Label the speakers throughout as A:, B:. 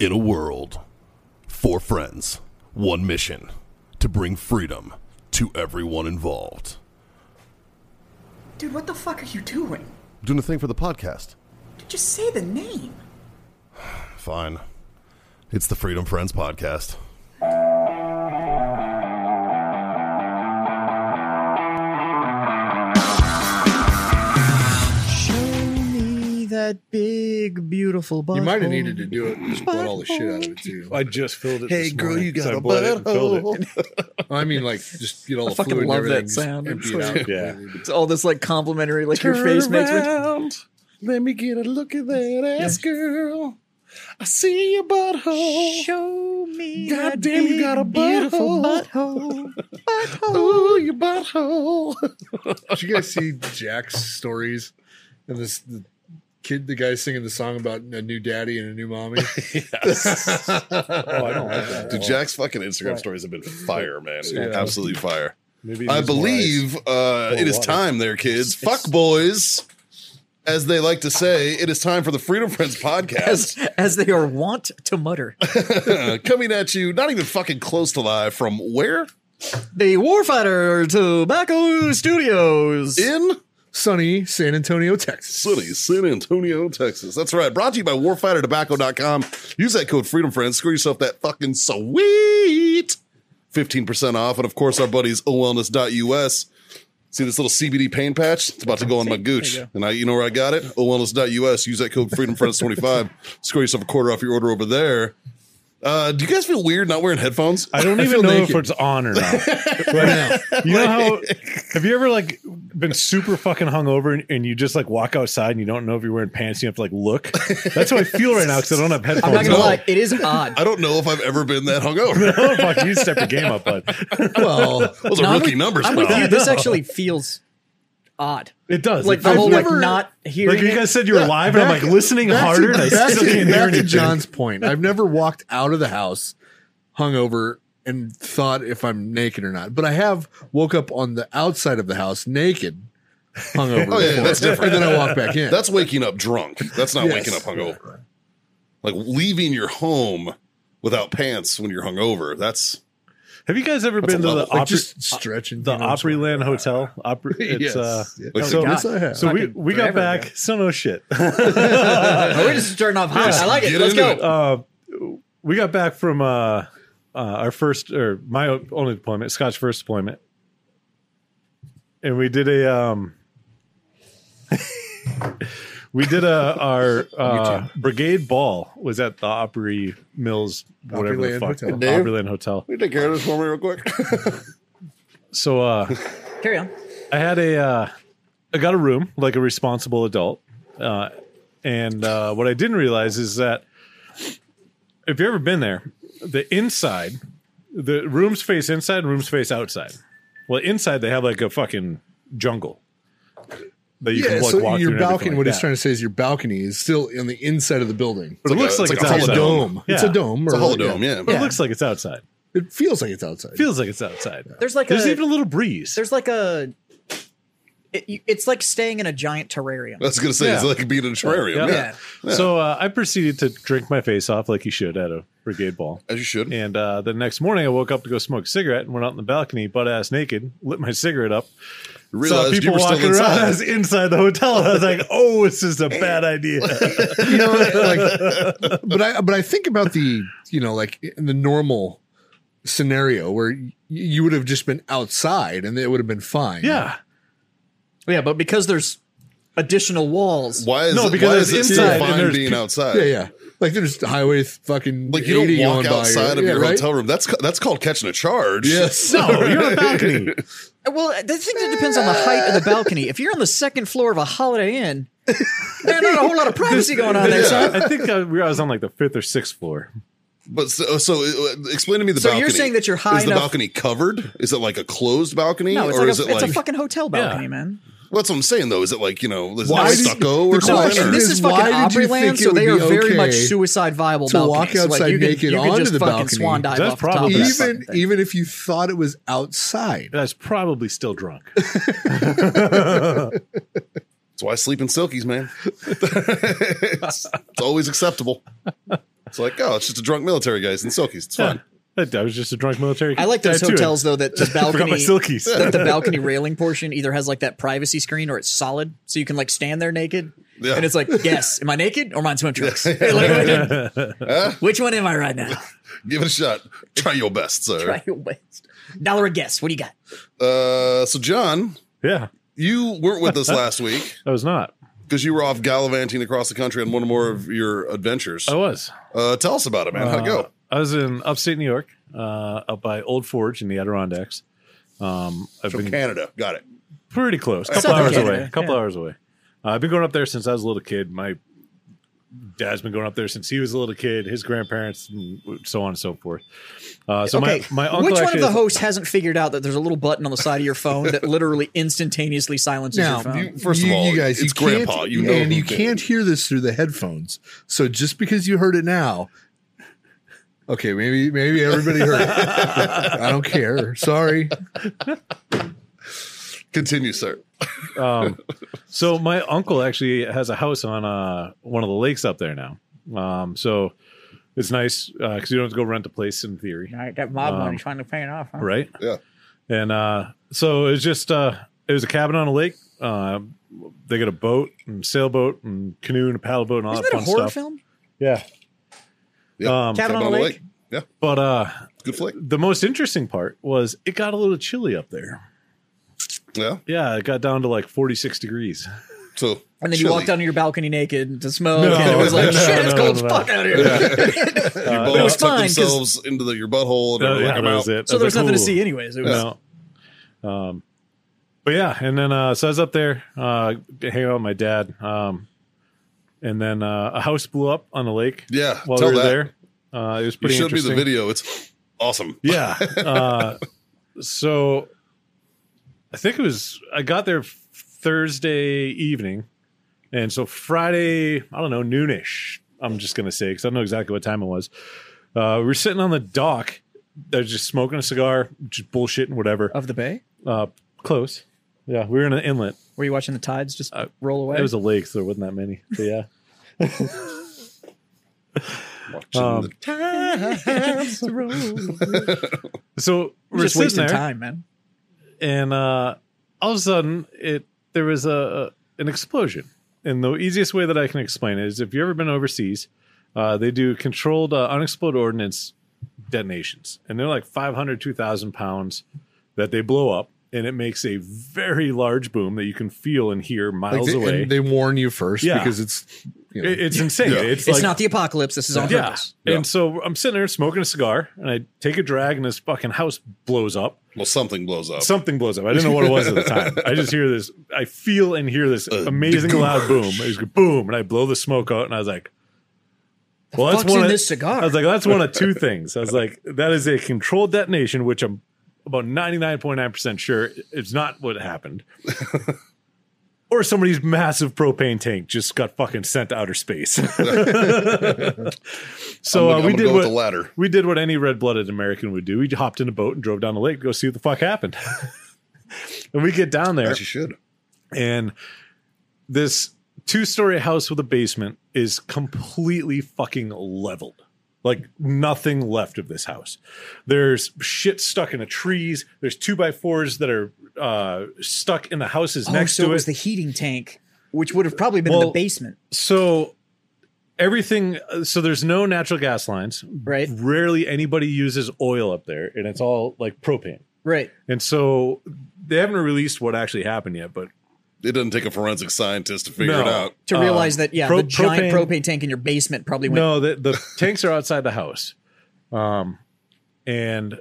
A: In a world, four friends, one mission to bring freedom to everyone involved.
B: Dude, what the fuck are you doing?
A: Doing a thing for the podcast.
B: Dude, just say the name.
A: Fine. It's the Freedom Friends podcast.
C: Show me that big, beautiful butthole.
D: You might have needed to do it and just blow all the shit out of it too.
E: I just filled it.
C: Hey,
E: this
C: girl,
E: morning,
C: you
E: 'cause
C: got
E: I
C: a
E: bled it and filled
C: butthole.
E: it.
D: I mean, like just get all
C: I
D: the
C: fucking
D: fluid
C: love
D: and
C: that
D: everything, just
C: sound.
D: empty
C: It's
D: it
C: like-
D: out.
E: Yeah.
C: It's all this like complimentary, like your face makes. Which,
E: Let me get a look at that ass, girl. I see your butthole.
C: Show me
E: God
C: that
E: damn, you
C: big,
E: got a
C: beautiful butthole.
E: butthole.
C: butthole.
F: Oh,
E: Ooh, your butthole.
D: Did you guys see Jack's stories and this the kid, the guy singing the song about a new daddy and a new mommy?
E: Oh, I don't like that.
F: Dude, Jack's fucking Instagram stories have been fire, man.
D: Yeah.
F: Absolutely fire.
E: Maybe
F: I
E: he's more
F: believe uh, it is
E: water.
F: time there, kids. Fuck boys. As they like to say, it is time for the Freedom Friends
C: As,
F: podcast.
C: as they are wont to mutter,
F: Coming at you, not even fucking close to live from where?
C: the Warfighter Tobacco Studios.
F: In
D: Sunny San Antonio, Texas.
F: sunny San Antonio, Texas. That's right. Brought to you by warfightertobacco.com. Use that code Freedom Friends. Score yourself that fucking sweet 15% off. And of course, our buddies owellness.us. See this little CBD pain patch? It's about to go on my gooch. And I, you know where I got it? owellness.us. Use that code Freedom Friends 25. Score yourself a quarter off your order over there. Uh, do you guys feel weird not wearing headphones?
E: I don't
D: I feel
E: even know if
D: naked.
E: it's on or not. right now. You know how have you ever like been super fucking hungover and, and you just like walk outside and you don't know if you're wearing pants and you have to like look? That's how I feel right now because I don't have headphones.
C: I'm not gonna
F: no.
C: lie, it is odd.
F: I don't know if I've ever been that hungover.
E: on. Fuck, you stepped your game up, bud.
D: Well,
F: Those
C: No,
F: are
C: I'm
F: rookie
C: with-
F: numbers.
C: I'm with
F: pal.
C: you. This actually feels odd.
E: It does.
C: Like
E: It
C: the
E: feels
C: whole
E: weird.
C: like not hearing.
E: Like you
C: it.
E: guys said, you were live, and I'm
D: back-
E: like listening harder, and I
D: back
E: still can't hear
D: back to
E: anything.
D: John's point. I've never walked out of the house hungover and thought if I'm naked or not, but I have woke up on the outside of the house naked, hungover.
F: Oh, yeah,
D: before.
F: that's different.
D: And then I walk back in.
F: That's waking up drunk. That's not
D: Yes.
F: waking up hungover. Like leaving your home without pants when you're hungover. That's
E: Have you guys ever
F: That's
E: been to
F: a
E: the
F: level.
D: like
E: Opry,
D: just stretching
E: the Opryland Hotel? Opry, it's
D: Yes.
E: uh,
D: Yeah.
F: Like,
E: so,
D: Yes, I have.
E: so we
C: Fucking
E: we got
C: forever
E: back.
C: ago.
E: So no shit.
C: Oh, we're just starting off hot. I like it.
F: Get
C: Let's go.
F: into it.
E: uh, we got back from uh, uh, our first or my o- only deployment, Scott's first deployment, and we did a um, we did a our uh, brigade ball was at the Opry Mills, whatever the
D: Opryland
E: fuck,
D: Hotel.
F: Dave?
E: Opryland Hotel.
F: we take care of this for me real quick.
E: So uh,
C: Carry on.
E: I had a uh, I got a room like a responsible adult, uh, and uh, what I didn't realize is that if you've ever been there, the inside, the rooms face inside, and rooms face outside. Well, inside they have like a fucking jungle that you
D: yeah,
E: can like
D: so
E: walk
D: your
E: through. and everything
D: balcony.
E: like
D: what
E: that.
D: he's trying to say is your balcony is still in the inside of the building.
E: But it
F: It's like
E: looks like
F: a-
E: it's
F: it's like a
E: outside.
D: dome. It's a
E: Yeah.
D: dome.
F: It's a
D: or-
F: holodome, yeah.
E: But It looks like it's outside.
D: It feels like it's outside.
E: Feels like it's outside.
C: There's like
E: There's
C: a
E: even a little breeze.
C: there's like a it, you- it's like staying in a giant terrarium.
F: I was gonna say it's
E: Yeah.
F: like being in a terrarium.
E: Yeah.
F: Yeah.
C: yeah.
E: So uh, I proceeded to drink my face off like you should at a brigade ball.
F: As you should.
E: And uh, the next morning, I woke up to go smoke a cigarette and went out on the balcony, butt ass naked, lit my cigarette up. Saw
F: Realized you
E: people
F: were still
E: walking around. I
F: inside.
E: was inside the hotel. I was like, "Oh, this is a bad idea."
D: you know, like, but I but I think about the you know like in the normal scenario where y- you would have just been outside and it would have been fine.
E: yeah,
C: Yeah, but because there's additional walls.
F: Why is
E: No,
F: it,
E: because
F: why
E: it's
F: is it
E: inside
F: still
E: and
F: fine
E: there's
F: being
E: pe-
F: outside?
D: yeah, yeah. Like there's highway th- fucking
F: Like you don't
D: 80
F: walk
D: going by,
F: outside of
D: yeah,
F: your
D: right?
F: hotel room. That's ca- that's called catching a charge.
D: Yes.
E: no, you're on a balcony.
C: Well, I think it depends on the height of the balcony. If you're on the second floor of a Holiday Inn, there's not a whole lot of privacy going on there. son.
E: I think I, we- I was on like the fifth or sixth floor.
F: But so, so uh, explain to me the
C: So you're
F: balcony.
C: saying that you're high
F: Is the
C: enough-
F: balcony covered? Is it like a closed balcony,
C: No, it's
F: or
C: like a,
F: is it
C: it's
F: like?
C: a fucking hotel balcony,
E: Yeah.
C: man.
F: well, that's what I'm saying though. Is it like you know, is it
D: Why
F: like
D: did-
F: stucco
D: the
F: or something?
D: question
F: or-
D: is-
C: This is
D: why
C: fucking
D: did you
C: Opryland,
D: think it
C: so
D: would
C: they
D: be
C: are very
D: okay
C: much suicide viable
D: to walk
C: balconies. like
D: outside
C: you can,
D: naked
C: you can
D: onto
C: just
D: the
C: fucking
D: balcony?
C: swan dive
E: That's
C: off the top of
E: probably
C: that
E: better.
D: Even
C: fucking thing.
D: even if you thought it was outside,
E: And I was probably still drunk.
F: That's why I sleep in silkies, man. it's, it's always acceptable. It's like, oh, it's just a drunk military guy. It's in silkies. It's fine.
E: I was just a drunk military.
C: I like those
E: tattooing.
C: hotels though that the
E: I forgot
C: balcony
E: my silkies.
C: that the balcony railing portion either has like that privacy screen or it's solid, so you can like stand there naked.
F: Yeah.
C: And it's like, yes, am I naked or mine swim trunks? Hey, like, which one- which one am I right now?
F: Give it a shot. Try your best, sir.
C: Try your best. Dollar a guess. What do you got?
F: Uh, so, John,
E: yeah,
F: you weren't with us last week
E: I was not.
F: because you were off gallivanting across the country on one or more of your adventures.
E: I was.
F: Uh, tell us about it, man. How'd it
E: Oh. Uh,
F: go?
E: I was in upstate New York, uh, up by Old Forge in the Adirondacks. Um, I've
F: From
E: been
F: Canada. Got it.
E: pretty close, a couple
C: Southern
E: hours
C: Canada,
E: away. A couple hours away. Uh, I've been going up there since I was a little kid. My dad's been going up there since he was a little kid. His grandparents, and so on and so forth. Uh, so
C: okay,
E: my my uncle.
C: which one of
E: actually
C: the
E: has-
C: hosts hasn't figured out that there's a little button on the side of your phone that literally instantaneously silences
D: Now,
C: your phone?
F: you- first of all, it's
D: can't-
F: grandpa. You know
D: and
F: who
D: you
F: did it.
D: can't hear this through the headphones. So just because you heard it now, okay, maybe maybe everybody heard it. I don't care. Sorry.
F: Continue, sir.
E: um, so my uncle actually has a house on uh, one of the lakes up there now. Um, so it's nice because you don't have to go rent a place in theory,
C: that mob
E: money Um,
C: trying to pay it off.
E: right?
F: Yeah.
E: And uh, so it was just uh, it was a cabin on a lake. Uh, they got a boat and sailboat and canoe and a paddle boat and all
C: Isn't
E: that
C: that a
E: fun
C: horror
E: stuff.
C: film?
E: Yeah.
F: Yeah.
E: Um,
C: Cabin on
F: the
C: a lake.
F: Yeah.
E: but uh,
F: Good flick.
E: the most interesting part was it got a little chilly up there.
F: Yeah.
E: Yeah, it got down to like 46 degrees.
F: So,
C: And then you
F: chilly.
C: walk down to your balcony naked to smoke,
E: No,
C: and it was like,
E: no,
C: shit, it's
E: no,
C: cold
E: no,
C: as
E: no.
C: fuck out here.
F: Your
E: Uh,
F: balls
C: no, it's
F: tuck
C: fine, 'cause-
F: themselves into the, your butthole. And
E: Uh,
F: everything
E: yeah,
F: Oh, come
E: that
F: out.
E: was it.
C: So
E: I was
C: there's
E: like,
C: nothing to
E: "Ooh."
C: see, anyways. It was,
E: No. Um, but yeah, and then uh, so I was up there uh, hanging out with my dad, um, and then uh, a house blew up on the lake.
F: Yeah,
E: while
F: tell
E: we were
F: that.
E: there, uh, it was
F: You
E: pretty
F: showed me
E: interesting.
F: the video. It's awesome.
E: Yeah. Uh, so I think it was I got there Thursday evening, and so Friday I don't know noonish. I'm just gonna say because I don't know exactly what time it was. Uh, we were sitting on the dock. They're just smoking a cigar, just bullshitting, whatever.
C: of the bay?
E: Uh, close. Yeah, we were in an inlet.
C: Were you watching the tides just roll away?
E: Uh, It was a lake, so there wasn't that many. But yeah,
F: Watching
E: Um,
F: the-
E: so we're
C: just
E: sitting
C: wasting
E: there,
C: time, man.
E: and uh, all of a sudden, it there was a, a an explosion. And the easiest way that I can explain it is if you've ever been overseas, uh, they do controlled uh, unexploded ordnance detonations, and they're like 500, 2,000 pounds that they blow up, and it makes a very large boom that you can feel and hear
D: Like
E: miles
D: they,
E: away.
D: and they warn you first
E: Yeah.
D: because it's you know,
E: It- it's insane.
F: Yeah.
E: It's,
C: It's
E: like,
C: not the apocalypse. This is on
E: yeah.
C: purpose.
F: Yeah.
E: And so I'm sitting there smoking a cigar, and I take a drag, and this fucking house blows up.
F: well, something blows up.
E: Something blows up. I didn't know what it was at the time. I just hear this. I feel and hear this amazing loud boom. It was boom, and I blow the smoke out, and I was like, "Well, that's
C: fuck's
E: one
C: in
E: of
C: this cigar?"
E: I was like, "That's one of two things." I was like, "That is a controlled detonation," which I'm about 99.9 percent sure it's not what happened. Or somebody's massive propane tank just got fucking sent to outer space. so
F: I'm
E: uh, we
F: gonna
E: did
F: go
E: what
F: with the latter.
E: we did what any red blooded American would do. We hopped in a boat and drove down the lake to go see what the fuck happened. and we get down there,
F: As you should.
E: and this two story house with a basement is completely fucking leveled. Like nothing left of this house. There's shit stuck in the trees. There's two by fours that are uh, stuck in the houses
C: Oh,
E: next
C: so
E: to
C: it
E: it.
C: was the heating tank, which would have probably been in
E: Well-
C: the basement,
E: so everything. So there's no natural gas lines.
C: right?
E: Rarely anybody uses oil up there, and it's all like propane.
C: Right.
E: And so they haven't released what actually happened yet, but
F: It doesn't take a forensic scientist to figure
E: No.
F: it out.
C: To realize that, yeah,
E: uh, pro-
C: the giant
E: propane-
C: propane, tank in your basement probably went.
E: no, the, the tanks are outside the house. Um, and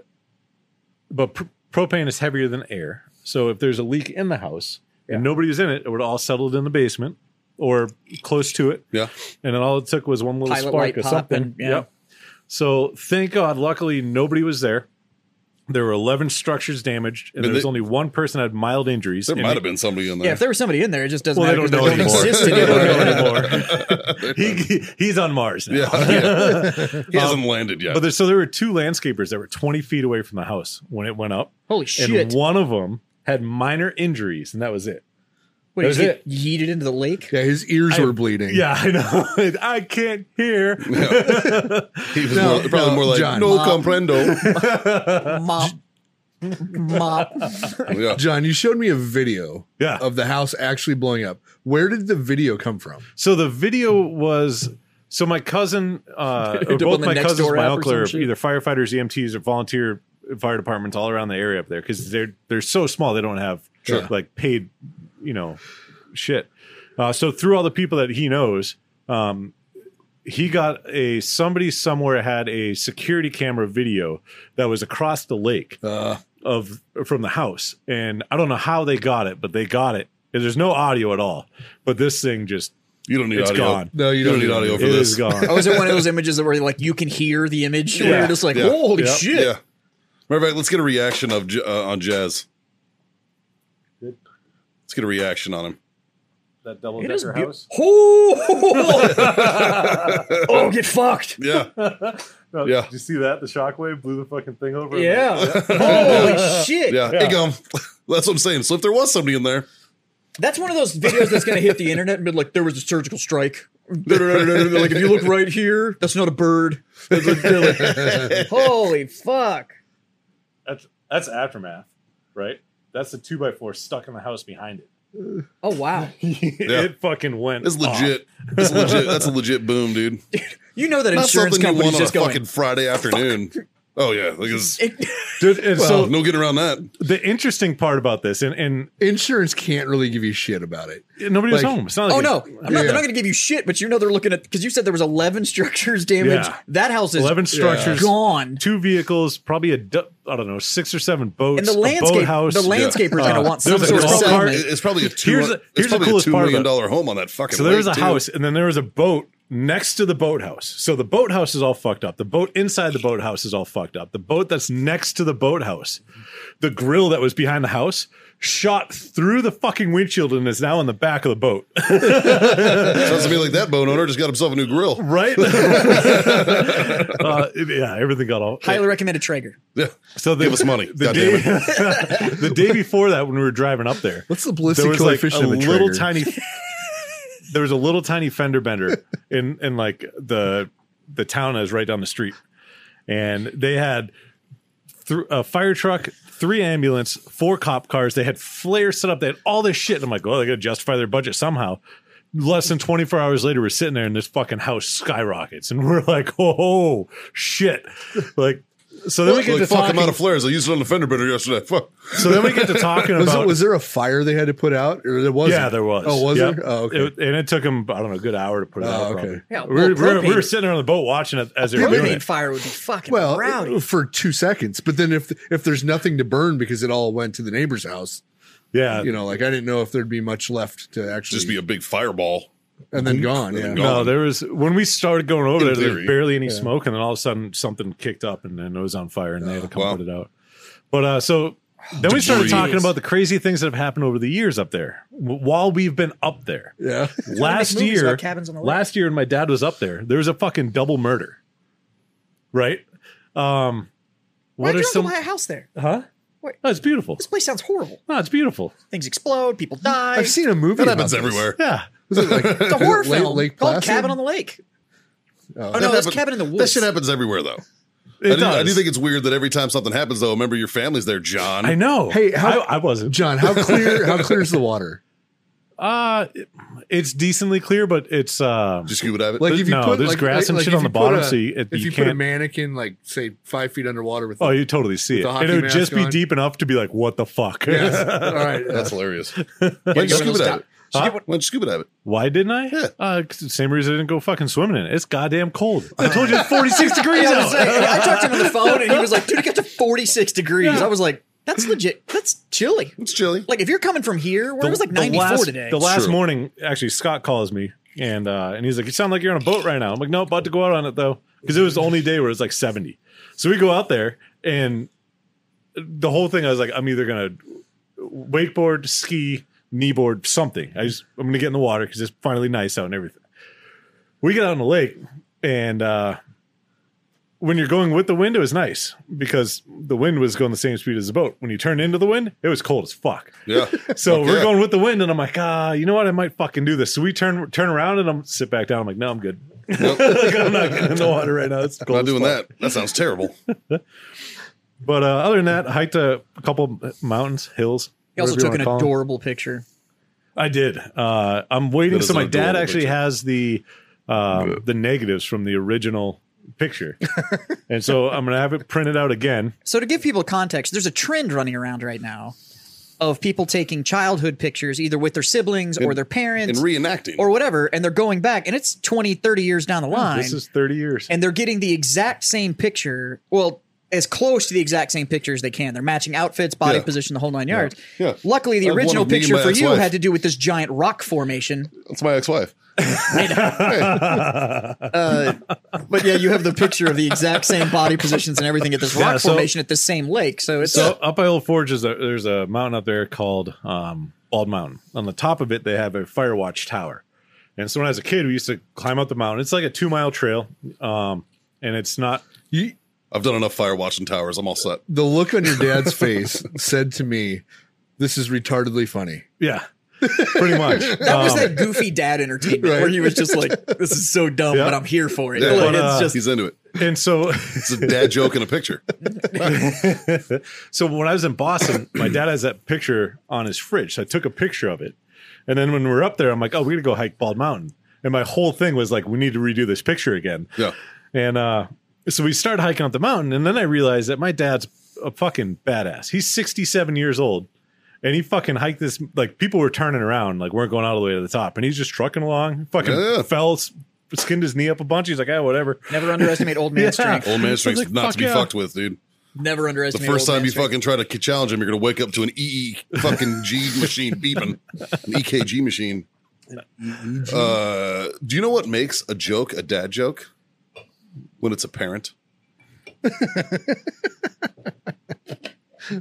E: but pr- propane is heavier than air, so if there's a leak in the house and nobody was in it, it would all settled in the basement or close to it.
F: Yeah.
E: and then all it took was one little
C: Pilot
E: spark
C: light
E: or
C: pop
E: something.
C: and- yeah.
E: Yep. So thank God, luckily nobody was there. There were eleven structures damaged, and
F: But
E: there was
F: they-
E: only one person that had mild injuries.
F: There
E: and
F: might
E: it-
F: have been somebody in there.
C: Yeah, if there was somebody in there, it just doesn't
E: Well, they
C: matter.
E: don't
C: 'cause
E: know anymore.
C: exist
E: They don't
C: anymore.
E: know anymore. he, he's on Mars now.
F: yeah, yeah. he hasn't landed yet.
E: But there, so there were two landscapers that were 20 feet away from the house when it went up,
C: Holy
E: and
C: shit.
E: one of them had minor injuries, and that was it.
C: What, you
E: That was
C: get yeeted into the lake?
D: Yeah, his ears were bleeding.
E: Yeah, I know. I can't hear.
F: He was
D: No,
F: more, probably
D: no,
F: more like
D: John.
F: no
D: Mom.
F: comprendo.
C: Mop. Mop.
F: yeah.
D: John, you showed me a video
E: Yeah.
D: of the house actually blowing up. Where did the video come from?
E: So the video was so my cousin, uh, or
C: on
E: both
C: the
E: my
C: next
E: cousins,
C: door
E: my
C: app or
E: uncle
C: some
E: are
C: shit?
E: either firefighters, EMTs, or volunteer fire departments all around the area up there because they're they're so small they don't have
D: Sure.
E: like paid, you know, shit. Uh, so through all the people that he knows, um, he got a somebody somewhere had a security camera video that was across the lake
D: Uh,
E: of from the house, and I don't know how they got it, but they got it. And There's no audio at all, but this thing just
F: You don't need
E: It's
F: audio.
E: gone.
D: No, you
F: you
D: don't
F: don't need
D: need
F: audio for
E: it
F: this.
E: is gone.
C: Oh, is it one of those images that where like you can hear the image? Yeah. Where
E: Yeah.
C: you're just like,
F: Yeah.
C: "Whoa, holy
E: Yep.
C: shit.
F: Yeah. Matter of fact, let's get a reaction of J- uh, on Jazz. Let's get a reaction on him.
E: that double
C: It is beau- Oh, oh, get fucked.
F: Yeah. Yeah.
E: Did you see that? The shockwave blew the fucking thing over.
C: Yeah. Holy shit.
F: Yeah.
E: Yeah.
F: Hey, gum. That's what I'm saying. So if there was somebody in there,
C: That's one of those videos that's going to hit the internet and be like, there was a surgical strike. like, if you look right here, that's not a bird. Holy fuck.
E: That's that's aftermath, right? That's the two by four stuck in the house behind it.
C: Oh, wow.
E: It fucking went.
F: it's legit. It's legit. That's a legit boom, dude.
C: You know that
F: Not
C: insurance
F: something you
C: company's
F: want on a
C: just going.
F: fucking Friday afternoon. Oh yeah, like it's,
C: It-
E: off. dude. And
F: so
E: so
F: no getting around that.
E: the interesting part about this, and and
D: insurance can't really give you shit about it.
E: nobody was
D: Like-
E: home. It's not like
C: oh,
E: it-
C: no. I'm not, They're
D: Yeah.
C: not going to give you shit, but you know they're looking at, because you said there was 11 structures damaged.
E: Yeah.
C: That house is
E: 11 structures,
C: gone.
E: two vehicles, probably a du- I don't know six or seven boats,
C: And the
E: a
C: landscape,
E: boathouse.
C: the landscaper's
E: Uh,
C: going to want some
E: there's a
C: sort of
E: golf cart.
C: settlement.
F: It- It's probably a two.
E: Here's the- here's
F: it's probably
E: the coolest
F: a two
E: part
F: million
E: about
F: dollar home on that fucking.
E: So there was a
F: lake, too.
E: house, and then there was a boat next to the boathouse. So the boathouse is all fucked up. The boat inside the boathouse is all fucked up. The boat that's next to the boathouse, the grill that was behind the house, shot through the fucking windshield and is now in the back of the boat.
F: Sounds to me like that boat owner just got himself a new grill.
E: right? uh, yeah, everything got all.
C: Highly recommended Traeger.
F: Yeah.
E: so the,
F: Give us money.
E: The
F: God
E: day,
F: damn
E: the day before that, when we were driving up there,
D: What's the
E: there
D: ballistic
E: was like a
D: coefficient of the
E: little
D: trigger?
E: tiny there was a little tiny fender bender in in like the the town is right down the street and they had th- a fire truck three ambulance four cop cars they had flares set up they had all this shit and i'm like well they gotta justify their budget somehow less than 24 hours later we're sitting there and this fucking house skyrockets and we're like oh shit like so then we
F: Like,
E: get to
F: fuck, I'm
E: talking
F: out of flares. I used it on the fender bender yesterday. Fuck.
E: so then we get to talking
D: Was,
E: about
D: it, was there a fire they had to put out, or there wasn't?
E: Yeah, there was.
D: Oh, was
E: Yep.
D: there? Oh, okay.
E: It- and it took him, I don't know, a good hour to put it
D: Oh,
E: out.
D: okay.
E: probably.
C: Yeah,
E: we, were,
C: well,
E: we, were, we were
C: propane-
E: sitting there on the boat watching it as they were doing
C: Propane
E: it.
C: fire would be fucking
D: well,
C: rowdy.
D: for two seconds. But then if if there's nothing to burn because it all went to the neighbor's house,
E: Yeah,
D: you know, like I didn't know if there'd be much left to actually
F: Just be a big fireball.
D: and then gone.
F: then
D: Yeah.
F: gone.
E: no, there was when we started going over
F: In
E: there, there was
F: theory.
E: barely any smoke, and then all of a sudden something kicked up, and then it was on fire, and they had to come
F: wow.
E: put it out. But uh, so then we started
F: Debris.
E: talking about the crazy things that have happened over the years up there w- while we've been up there.
D: Yeah.
E: last
C: movies
E: year,
C: about cabins on the lake.
E: last year, when my dad was up there, there was a fucking double murder, right? Um,
C: Why
E: what
C: do
E: are
C: you
E: some?
C: want to buy a house there?
E: Huh?
C: Wait.
E: Oh, it's beautiful.
C: This place sounds horrible.
E: No, it's beautiful.
C: Things explode, people die.
D: I've seen a movie.
F: That happens
D: about this.
F: everywhere.
E: Yeah.
D: Was it like
C: it's a horror
D: is it Lake-
C: film
D: Lake
C: called
D: Placid?
C: Cabin on the Lake. Oh,
F: That
C: no, that's
F: happen-
C: Cabin in the Woods.
F: That shit happens everywhere, though.
E: It
F: I do, I
E: does.
F: do think it's weird that every time something happens, though, remember your family's there, John.
E: I know.
D: Hey, how-
E: I, I wasn't.
D: John, how clear how clear is the water?
E: Uh it- it's decently clear, but it's um
F: Just scuba dive it.
D: Like
E: Th-
D: if you
E: no,
D: put
E: there's
D: like,
E: grass
D: like-
E: and
D: like,
E: shit
D: if
E: on the
D: put
E: bottom,
D: a-
E: so you- it-
D: if
E: you
D: you, put a
E: can't-
D: mannequin like say five feet underwater with
E: oh, you totally see it.
D: the
E: And
D: hockey
E: it would
D: mask
E: just be
D: on.
E: deep enough to be like, what the fuck?
D: all right.
F: That's hilarious. Why don't you scuba dive it?
E: Huh?
F: Why don't you scuba dive it?
E: Why didn't I?
F: Yeah.
E: Uh, 'cause the same reason I didn't go fucking swimming in it. It's goddamn cold. I told you it's 46 degrees
C: I, was
E: out.
C: like, I talked to him on the phone and he was like, dude, it got to 46 degrees. I was like, that's legit. That's chilly.
F: It's chilly.
C: Like, if you're coming from here, where it was like 94
E: last,
C: today.
E: The last
F: True.
E: morning, actually, Scott calls me and uh, and he's like, "You sound like you're on a boat right now." I'm like, "No, about to go out on it though," because it was the only day where it's like 70. So we go out there, and the whole thing, I was like, "I'm either gonna wakeboard, ski, kneeboard, something. I just I'm gonna get in the water because it's finally nice out and everything." We get out on the lake, and uh, when you're going with the wind, it was nice because the wind was going the same speed as the boat. When you turn into the wind, it was cold as fuck.
F: Yeah.
E: So
F: Fuck
E: we're
F: yeah.
E: going with the wind, and I'm like, ah, you know what? I might fucking do this. So we turn turn around, and I'm sit back down. I'm like, no, I'm good. like, I'm not getting in the water right now. It's cold.
F: Not
E: as
F: doing
E: fuck.
F: that. That sounds terrible.
E: But uh, other than that, I hiked a couple mountains, hills.
C: He also
E: whatever
C: took
E: you wanna
C: an
E: call 'em.
C: adorable picture.
E: I did. Uh, I'm waiting.
F: That
E: So
F: is
E: my
F: an
E: dad
F: adorable
E: actually
F: picture.
E: has the um, the negatives from the original picture, and so I'm gonna have it printed out again.
C: So to give people context, there's a trend running around right now of people taking childhood pictures either with their siblings or their
F: And
C: parents
F: reenacting.
C: or whatever and they're going back and it's 20 30 years down the line
E: This is 30 years.
C: and they're getting the exact same picture. Well, as close to the exact same picture as they can. They're matching outfits, body
F: Yeah.
C: position, the whole nine yards.
F: Yeah.
C: Luckily,
F: I
C: the
F: have one
C: original
F: of me and
C: picture
F: my
C: for you
F: ex-wife.
C: had to do with this giant rock formation.
F: That's my ex-wife.
C: But yeah, you have the picture of the exact same body positions and everything at this
E: Yeah,
C: rock
E: so-
C: formation at the same lake. So it's
E: So up by Old Forge is a, there's a mountain up there called um, Bald Mountain. On the top of it, they have a Firewatch Tower. And so when I was a kid, we used to climb up the mountain. It's like a two mile trail, um, and it's not.
D: You,
F: I've done enough fire watching towers. I'm all set.
D: the look on your dad's face said to me, "This is retardedly funny."
E: Yeah, pretty much.
C: that was
E: Um,
C: that goofy dad entertainment
D: Right.
C: where he was just like, "This is so dumb,
E: Yeah.
C: but I'm here for it."
F: Yeah.
C: Like,
E: But, uh,
C: it's just
F: He's into it.
E: and so
F: It's a dad joke in a picture.
E: so when I was in Boston, my dad has that picture on his fridge. So I took a picture of it. And then when we we're up there, I'm like, oh, we're going to go hike Bald Mountain. And my whole thing was like, we need to redo this picture again.
F: Yeah.
E: And uh, so we started hiking up the mountain. And then I realized that my dad's a fucking badass. He's 67 years old. And he fucking hiked this. Like people were turning around, like weren't going all the way to the top. And he's just trucking along, fucking
F: Yeah.
E: fell, s- skinned his knee up a bunch. He's like, ah, whatever.
C: never underestimate old man
E: Yeah.
C: strength.
F: Old man
E: Sounds
F: strength's
E: like
F: not
E: fuck
F: to be
E: yeah.
F: fucked with, dude.
C: Never
F: The
C: underestimate
F: first
C: old
F: time
C: man
F: you
C: strength.
F: fucking try to challenge him, you're going to wake up to an EE fucking G machine beeping, an EKG machine. Uh, do you know what makes a joke a dad joke? When it's a parent.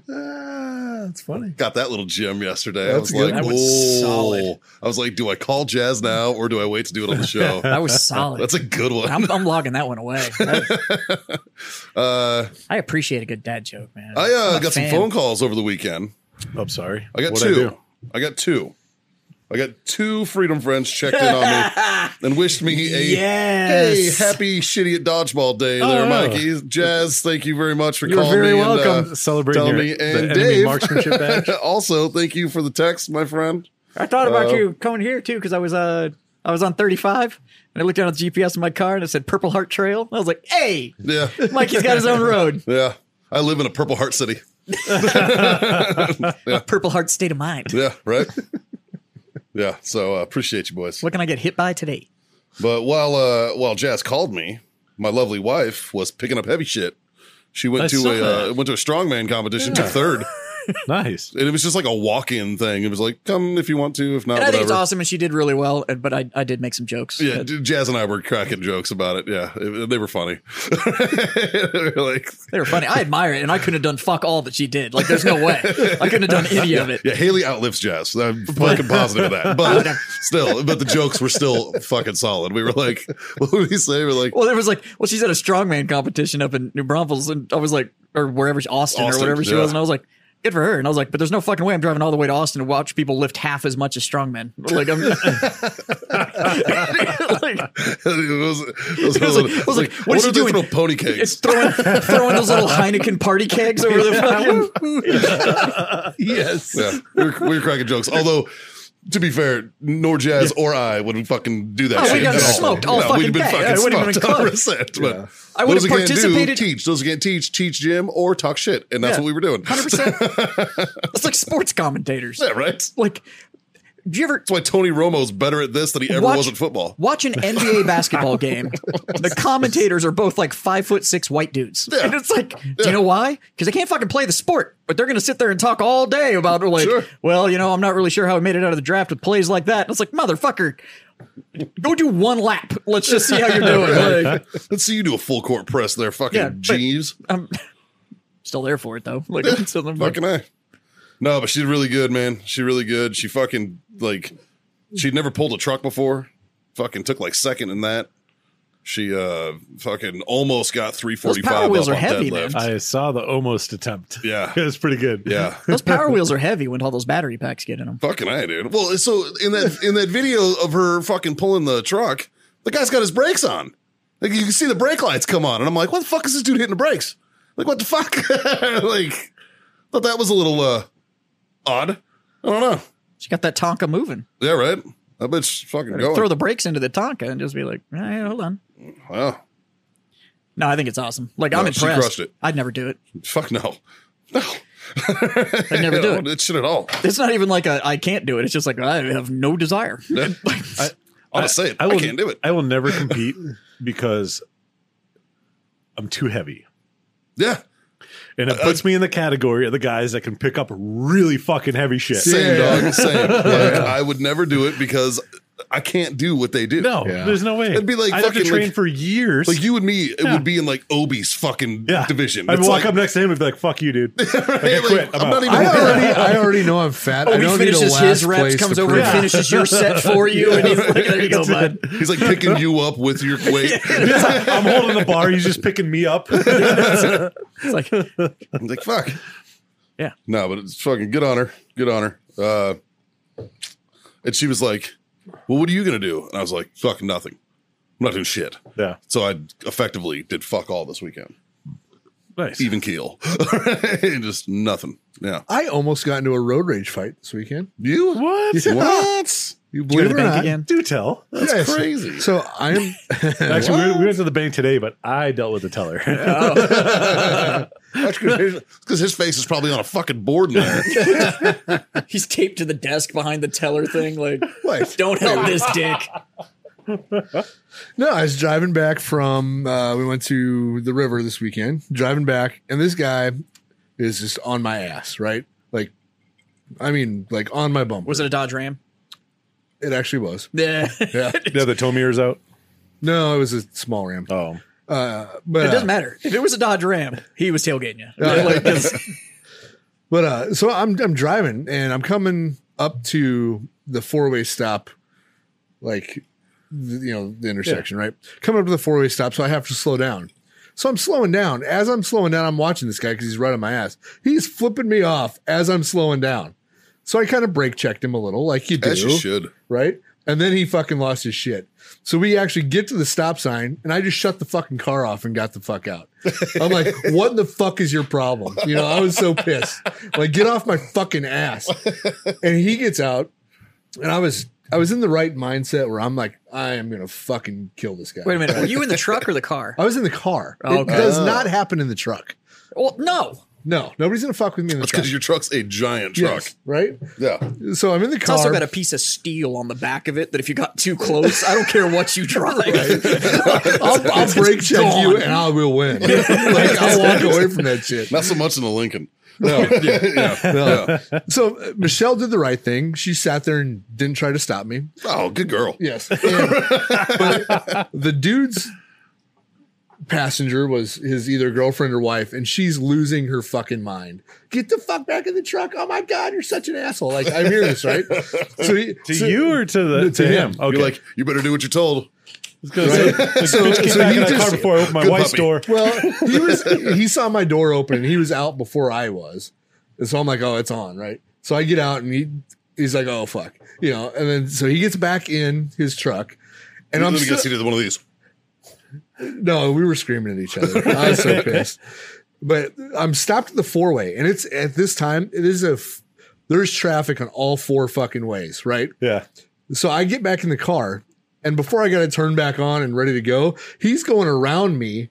D: Ah, that's funny.
F: Got that little gem yesterday. I
D: That's
F: was
D: good.
F: like,
C: That
F: oh,
C: one's solid.
F: I was like, do I call Jazz now or do I wait to do it on the show?
C: That was solid.
F: That's a good one.
C: I'm, I'm logging that one away.
F: Uh,
C: I appreciate a good dad joke, man.
F: I
C: I'm
F: uh,
C: a
F: got some
C: fan.
F: phone calls over the weekend.
E: Oh, I'm sorry.
F: I got
E: What'd I
F: two.
E: do?
F: I, got two. I got two freedom friends checked in on me and wished me a hey
C: Yes.
F: happy shitty at dodgeball day there,
E: Oh.
F: Mikey. Jazz, thank you very much for
E: You're
F: calling
E: very
F: me.
E: welcome.
F: And, uh,
E: Celebrating
F: telling
E: your,
F: me
E: the
F: and
E: enemy
F: Dave.
E: marksmanship badge.
F: also, thank you for the text, my friend.
C: I thought about
F: Uh,
C: you coming here too because I was uh I was on 35 and I looked down at the GPS in my car and it said Purple Heart Trail. I was like, hey,
F: Yeah,
C: Mikey's got his own road.
F: yeah. I live in a Purple Heart City.
C: Purple Heart state of mind.
F: Yeah, right. yeah. So uh, appreciate you, boys.
C: What can I get hit by today?
F: But while uh, while Jazz called me, my lovely wife was picking up heavy shit. She went
E: I
F: to
E: saw
F: a uh,
E: that.
F: went to a strongman competition, took third,
E: Nice.
F: and it was just like a walk in thing. It was like, come if you want to, if not,
C: And I think
F: whatever.
C: it's awesome and she did really well, and- but I, I did make some jokes.
F: Yeah, d- Jazz and I were cracking jokes about it. Yeah, it- they were funny. They were like,
C: They were funny. I admire it and I couldn't have done fuck all that she did. Like there's no way. I couldn't have done any of it.
F: yeah, Haley outlives Jazz. I'm fucking positive of that. But still, but the jokes were still fucking solid. We were like, what would we say? We're like,
C: Well, there was like, well, she's at a strongman competition up in New Braunfels, and I was like, or wherever she, Austin,
F: Austin,
C: or whatever she
F: yeah.
C: was, and I was like, good for her. And I was like, but there's no fucking way I'm driving all the way to Austin to watch people lift half as much as strongmen. Like I'm, like,
F: it was, it was,
C: It was like- it was like,
F: I
C: what is
F: wonder
C: she
F: if
C: doing?
F: they throw pony cakes.
C: it's throwing throwing those little Heineken party kegs over the fucking.
D: Yes.
F: yeah, we were, we were cracking jokes. Although, to be fair, nor Jazz or I would fucking do that.
C: Oh, we
F: shit
C: got
F: at all.
C: smoked all
F: we'd have
C: fucking
F: been
C: day.
F: fucking
C: I wouldn't even
F: smoked
C: come.
F: 100%, but
D: Yeah.
C: I would
F: those
C: have
F: who can't do,
C: participated-
F: teach those who can't teach, teach gym or talk shit, and that's
C: Yeah.
F: what we were doing.
C: Hundred percent. It's like sports commentators.
F: yeah, right. That's
C: Like, do you ever
F: why Tony Romo's better at this than he ever
C: Watch-
F: was at football.
C: Watch an NBA basketball game. The commentators are both like five foot six white dudes,
F: Yeah.
C: and it's like, do you know why? Because they can't fucking play the sport, but they're gonna sit there and talk all day about like,
F: Sure.
C: well, you know, I'm not really sure how I made it out of the draft with plays like that. And it's like, motherfucker, go do one lap. Let's just see how you're doing. Like,
F: Let's see you do a full court press there, fucking
C: Yeah, but-
F: Jeeves.
C: I'm still there for it though. Like, I'm still there for it.
F: Fucking I. No, but she's really good, man. She really good. She fucking like she'd never pulled a truck before. Fucking took like second in that. She uh fucking almost got three
C: power
F: forty five
C: wheels
F: up
C: are
F: on
C: heavy,
F: deadlift.
E: I saw the almost attempt.
F: Yeah.
E: it was pretty good.
F: Yeah.
C: Those power wheels are heavy when all those battery packs get in them.
F: Fucking I, dude. Well, so in that in that video of her fucking pulling the truck, the guy's got his brakes on. Like you can see the brake lights come on, and I'm like, what the fuck is this dude hitting the brakes? Like what the fuck? like, thought that was a little uh odd. I don't know.
C: She got that Tonka moving.
F: Yeah, right. That bitch fucking going.
C: Throw the brakes into the Tonka and just be like, all right, hold on.
F: wow.
C: No, I think it's awesome. Like I'm
F: No, she
C: impressed.
F: crushed it.
C: I'd never do it.
F: Fuck no. No.
C: I'd never do it.
F: That shit at all.
C: It's not even like a, I can't do it. It's just like I have no desire.
F: I, I'll just say it. I,
E: will,
F: can't do it.
E: I will never compete because I'm too heavy.
F: yeah.
E: And
F: Uh,
E: it puts me in the category of the guys that can pick up really fucking heavy shit.
F: Same
D: Yeah.
F: dog. Same. Like, I would never do it because I can't do what they do.
E: No,
D: Yeah.
E: there's no way.
F: It'd be like
E: I'd have to
F: fucking,
E: train
F: like-
E: for years.
F: Like you and me, it
E: Yeah.
F: would be in like Obi's fucking
E: yeah.
F: division.
E: I'd
F: It's
E: walk
F: like-
E: up next to him and be like, "Fuck you, dude." Like, I
F: like,
E: quit.
F: I'm
E: I'm,
F: not
E: out.
F: even-
D: I already, I already know I'm fat. I
C: Oh, he
D: don't need a
C: finishes
D: last
C: his reps,
D: place
C: comes
D: to
C: over
D: prove
C: and
D: it.
C: finishes your set for you, and he's like, "There you go, bud."
F: He's like picking you up with your weight.
E: I'm holding the bar. He's just picking me up.
C: It's like
F: I'm like, fuck.
C: Yeah.
F: No, but it's fucking good on her. Good on her. Uh, and she was like, well, what are you going to do? And I was like, fucking nothing. I'm not doing shit.
E: yeah,
F: So I effectively did fuck all this weekend.
E: nice.
F: Even keel. Just nothing. Yeah.
D: I almost got into a road rage fight this weekend.
F: You?
E: What?
D: Yeah.
F: What?
D: You
C: go to
D: believe it
C: the
D: or
C: bank
D: not?
C: again.
E: Do tell.
F: That's
D: Yes.
F: crazy.
D: So I am.
E: Actually, we, we went to the bank today, but I dealt with the teller.
F: Because his face is probably on a fucking board in there.
C: He's taped to the desk behind the teller thing. Like,
D: What?
C: don't help this dick.
D: No, I was driving back from. Uh, we went to the river this weekend. Driving back, and this guy is just on my ass, right? Like, I mean, like on my bumper.
C: Was it a Dodge Ram?
D: It actually was.
C: Yeah. It
D: Yeah.
E: yeah, the tomir's out.
D: no, it was a small ram.
E: Oh,
D: But uh,
C: doesn't matter. If it was a Dodge Ram, he was tailgating you. Like, it's-
D: But uh, so I'm I'm driving and I'm coming up to the four way stop, like th- you know the intersection, right? Coming up to the four way stop, so I have to slow down. So I'm slowing down. As I'm slowing down, I'm watching this guy because he's right on my ass. He's flipping me off as I'm slowing down. So I kind of brake checked him a little, like you do,
F: As you should.
D: right? And then he fucking lost his shit. So we actually get to the stop sign, and I just shut the fucking car off and got the fuck out. I'm like, what in the fuck is your problem? You know, I was so pissed. Like, get off my fucking ass. And he gets out, and I was I was in the right mindset where I'm like, I am gonna fucking kill this guy.
C: wait a minute. Were you in the truck or the car?
D: I was in the car.
C: Okay. Oh.
D: It does not happen in the truck.
C: Well, no.
D: No, nobody's gonna fuck with me in the
F: That's
D: truck.
F: because your truck's a giant truck.
D: Yes, right?
F: Yeah.
D: So I'm in the
C: It's
D: car.
C: also got a piece of steel on the back of it that if you got too close, I don't care what you drive.
D: I'll, I'll break check you and I will win. like I'll walk away from that shit.
F: Not so much in the Lincoln.
D: No. So uh, Michelle did the right thing. She sat there and didn't try to stop me.
F: Oh, good girl.
D: Yes. And- but the dude's passenger was his either girlfriend or wife, and she's losing her fucking mind. Get the fuck back in the truck. Oh my God, you're such an asshole. Like I hear this, right? So he,
E: to you or to the to,
D: to him.
E: him? Okay.
F: You're like, you better do what you're told.
E: so, bitch came
D: so
E: back
D: he
E: in the
D: just-
E: car before I opened my
F: Good
E: wife's
F: puppy.
E: door.
D: Well, he was he saw my door open and he was out before I was. And so I'm like, oh, it's on, right? So I get out and he he's like, oh fuck. You know, and then so he gets back in his truck. And
F: Let
D: I'm
F: me guess
D: still-
F: he did one of these.
D: no, we were screaming at each other. I was so pissed. But I'm stopped at the four way, and it's at this time it is a f- there's traffic on all four fucking ways, right?
E: Yeah.
D: So I get back in the car, and before I got it turned back on and ready to go, he's going around me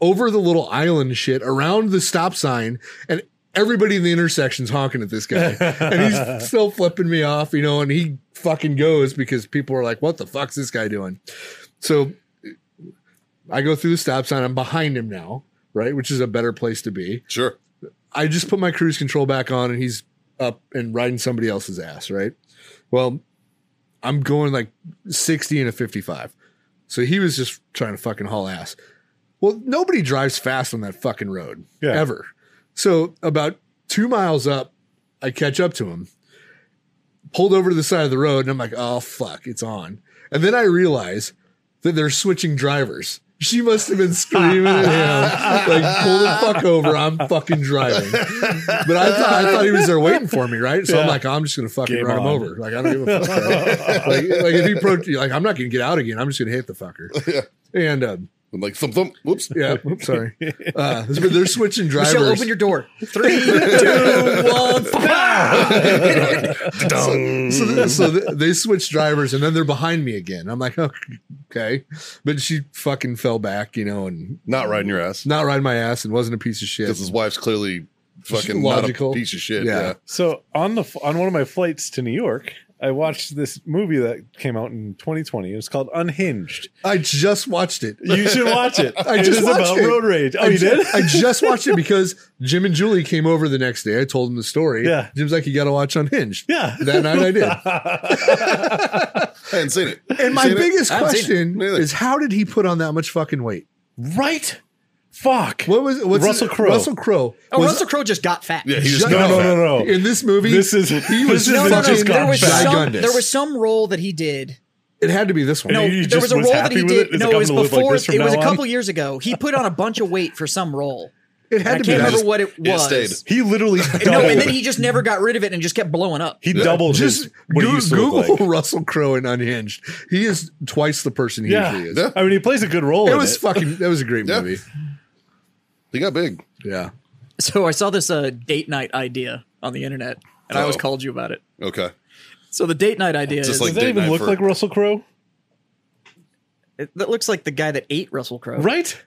D: over the little island shit around the stop sign and everybody in the intersection's honking at this guy and he's still flipping me off you know and he fucking goes because people are like what the fuck's this guy doing so i go through the stop sign i'm behind him now right which is a better place to be
F: Sure.
D: I just put my cruise control back on and he's up and riding somebody else's ass, right? Well, I'm going like 60 and a 55. So he was just trying to fucking haul ass. Well, nobody drives fast on that fucking road
E: Yeah.
D: ever. So about two miles up, I catch up to him, pulled over to the side of the road, and I'm like, oh, fuck, it's on. And then I realize that they're switching drivers. She must have been screaming at him, like, pull the fuck over, I'm fucking driving. But I thought I thought he was there waiting for me, right? So I'm
E: Yeah.
D: like, I'm just gonna fucking
E: Game
D: run him
E: on.
D: over. Like I don't give a fuck. right? like, like if he pro like I'm not gonna get out again, I'm just gonna hit the fucker. And um,
F: I'm like thump thump. Whoops.
D: yeah, oops, sorry. Uh, but they're switching drivers.
C: Michelle, open your door. Three, two, one.
F: Dung.
D: so,
E: Mm-hmm.
D: th- so th- they switched drivers and then they're behind me again. I'm like, okay. But she fucking fell back, you know, and
F: Not riding your ass.
D: not riding my ass and wasn't a piece of shit.
F: Because his wife's clearly fucking
D: Logical.
F: Not a piece of shit.
D: Yeah.
F: Yeah.
E: So on the f- on one of my flights to New York, I watched this movie that came out in 2020. It was called Unhinged.
D: I just watched it.
E: You should watch it.
D: I just
E: it is
D: watched
E: about
D: it.
E: road rage. Oh,
D: I
E: you
D: ju-
E: did?
D: I just watched it because Jim and Julie came over the next day. I told them the story.
E: Yeah.
D: Jim's like, you got to watch Unhinged.
E: Yeah.
D: That night I did.
F: I hadn't seen it.
D: And my
F: seen it?
D: biggest
C: I haven't seen it.
D: question
F: Me neither.
D: is how did he put on that much fucking weight?
E: right. Fuck.
D: What was what's his-
E: Russell Crowe.
D: Russell Crowe.
C: Oh,
D: was-
C: Russell Crowe just got fat.
F: Yeah, he just
D: Shut-
E: no,
F: got
E: no,
F: fat.
E: no, no, no.
D: in this movie,
E: This is-
D: he was
E: this is
C: No, no, no.
D: fucking
E: Just got
C: There was,
E: fat.
C: some,
D: gigundous.
C: there was some role that he did.
D: It had to be this one.
C: No,
E: And he
C: there
E: just
C: was a
E: was
C: role that
E: happy
C: he
E: with
C: did.
E: it? Is it
C: no,
E: like,
C: it was
E: I'm gonna live like
C: before.
E: this from
C: it was a
E: now on?
C: couple years ago. He put on a bunch of weight for some role.
D: It
C: I
D: had
C: can't
D: to be
C: remember
D: this
F: just-
C: what it
F: it
C: was.
F: stayed.
E: He literally doubled.
C: no, and then he just never got rid of it and just kept blowing up.
E: he doubled
D: Just
E: his, what he
D: Goo-
E: used to
D: Google
E: look like.
D: Russell Crowe and Unhinged. He is twice the person he usually is.
E: Yeah. I mean, he plays a good role.
D: It
E: in
D: was fucking. That was a great
F: Yeah.
D: movie.
F: He got big.
D: Yeah.
C: So I saw this uh, date night idea on the internet, and I always
F: Oh.
C: called you about it.
F: Okay.
C: So the date night idea
F: Just
C: is,
F: like
E: Does that
F: Date
E: even
F: Night
E: look
F: for-
E: like Russell Crowe?
C: it- that looks like the guy that ate Russell Crowe.
E: Right?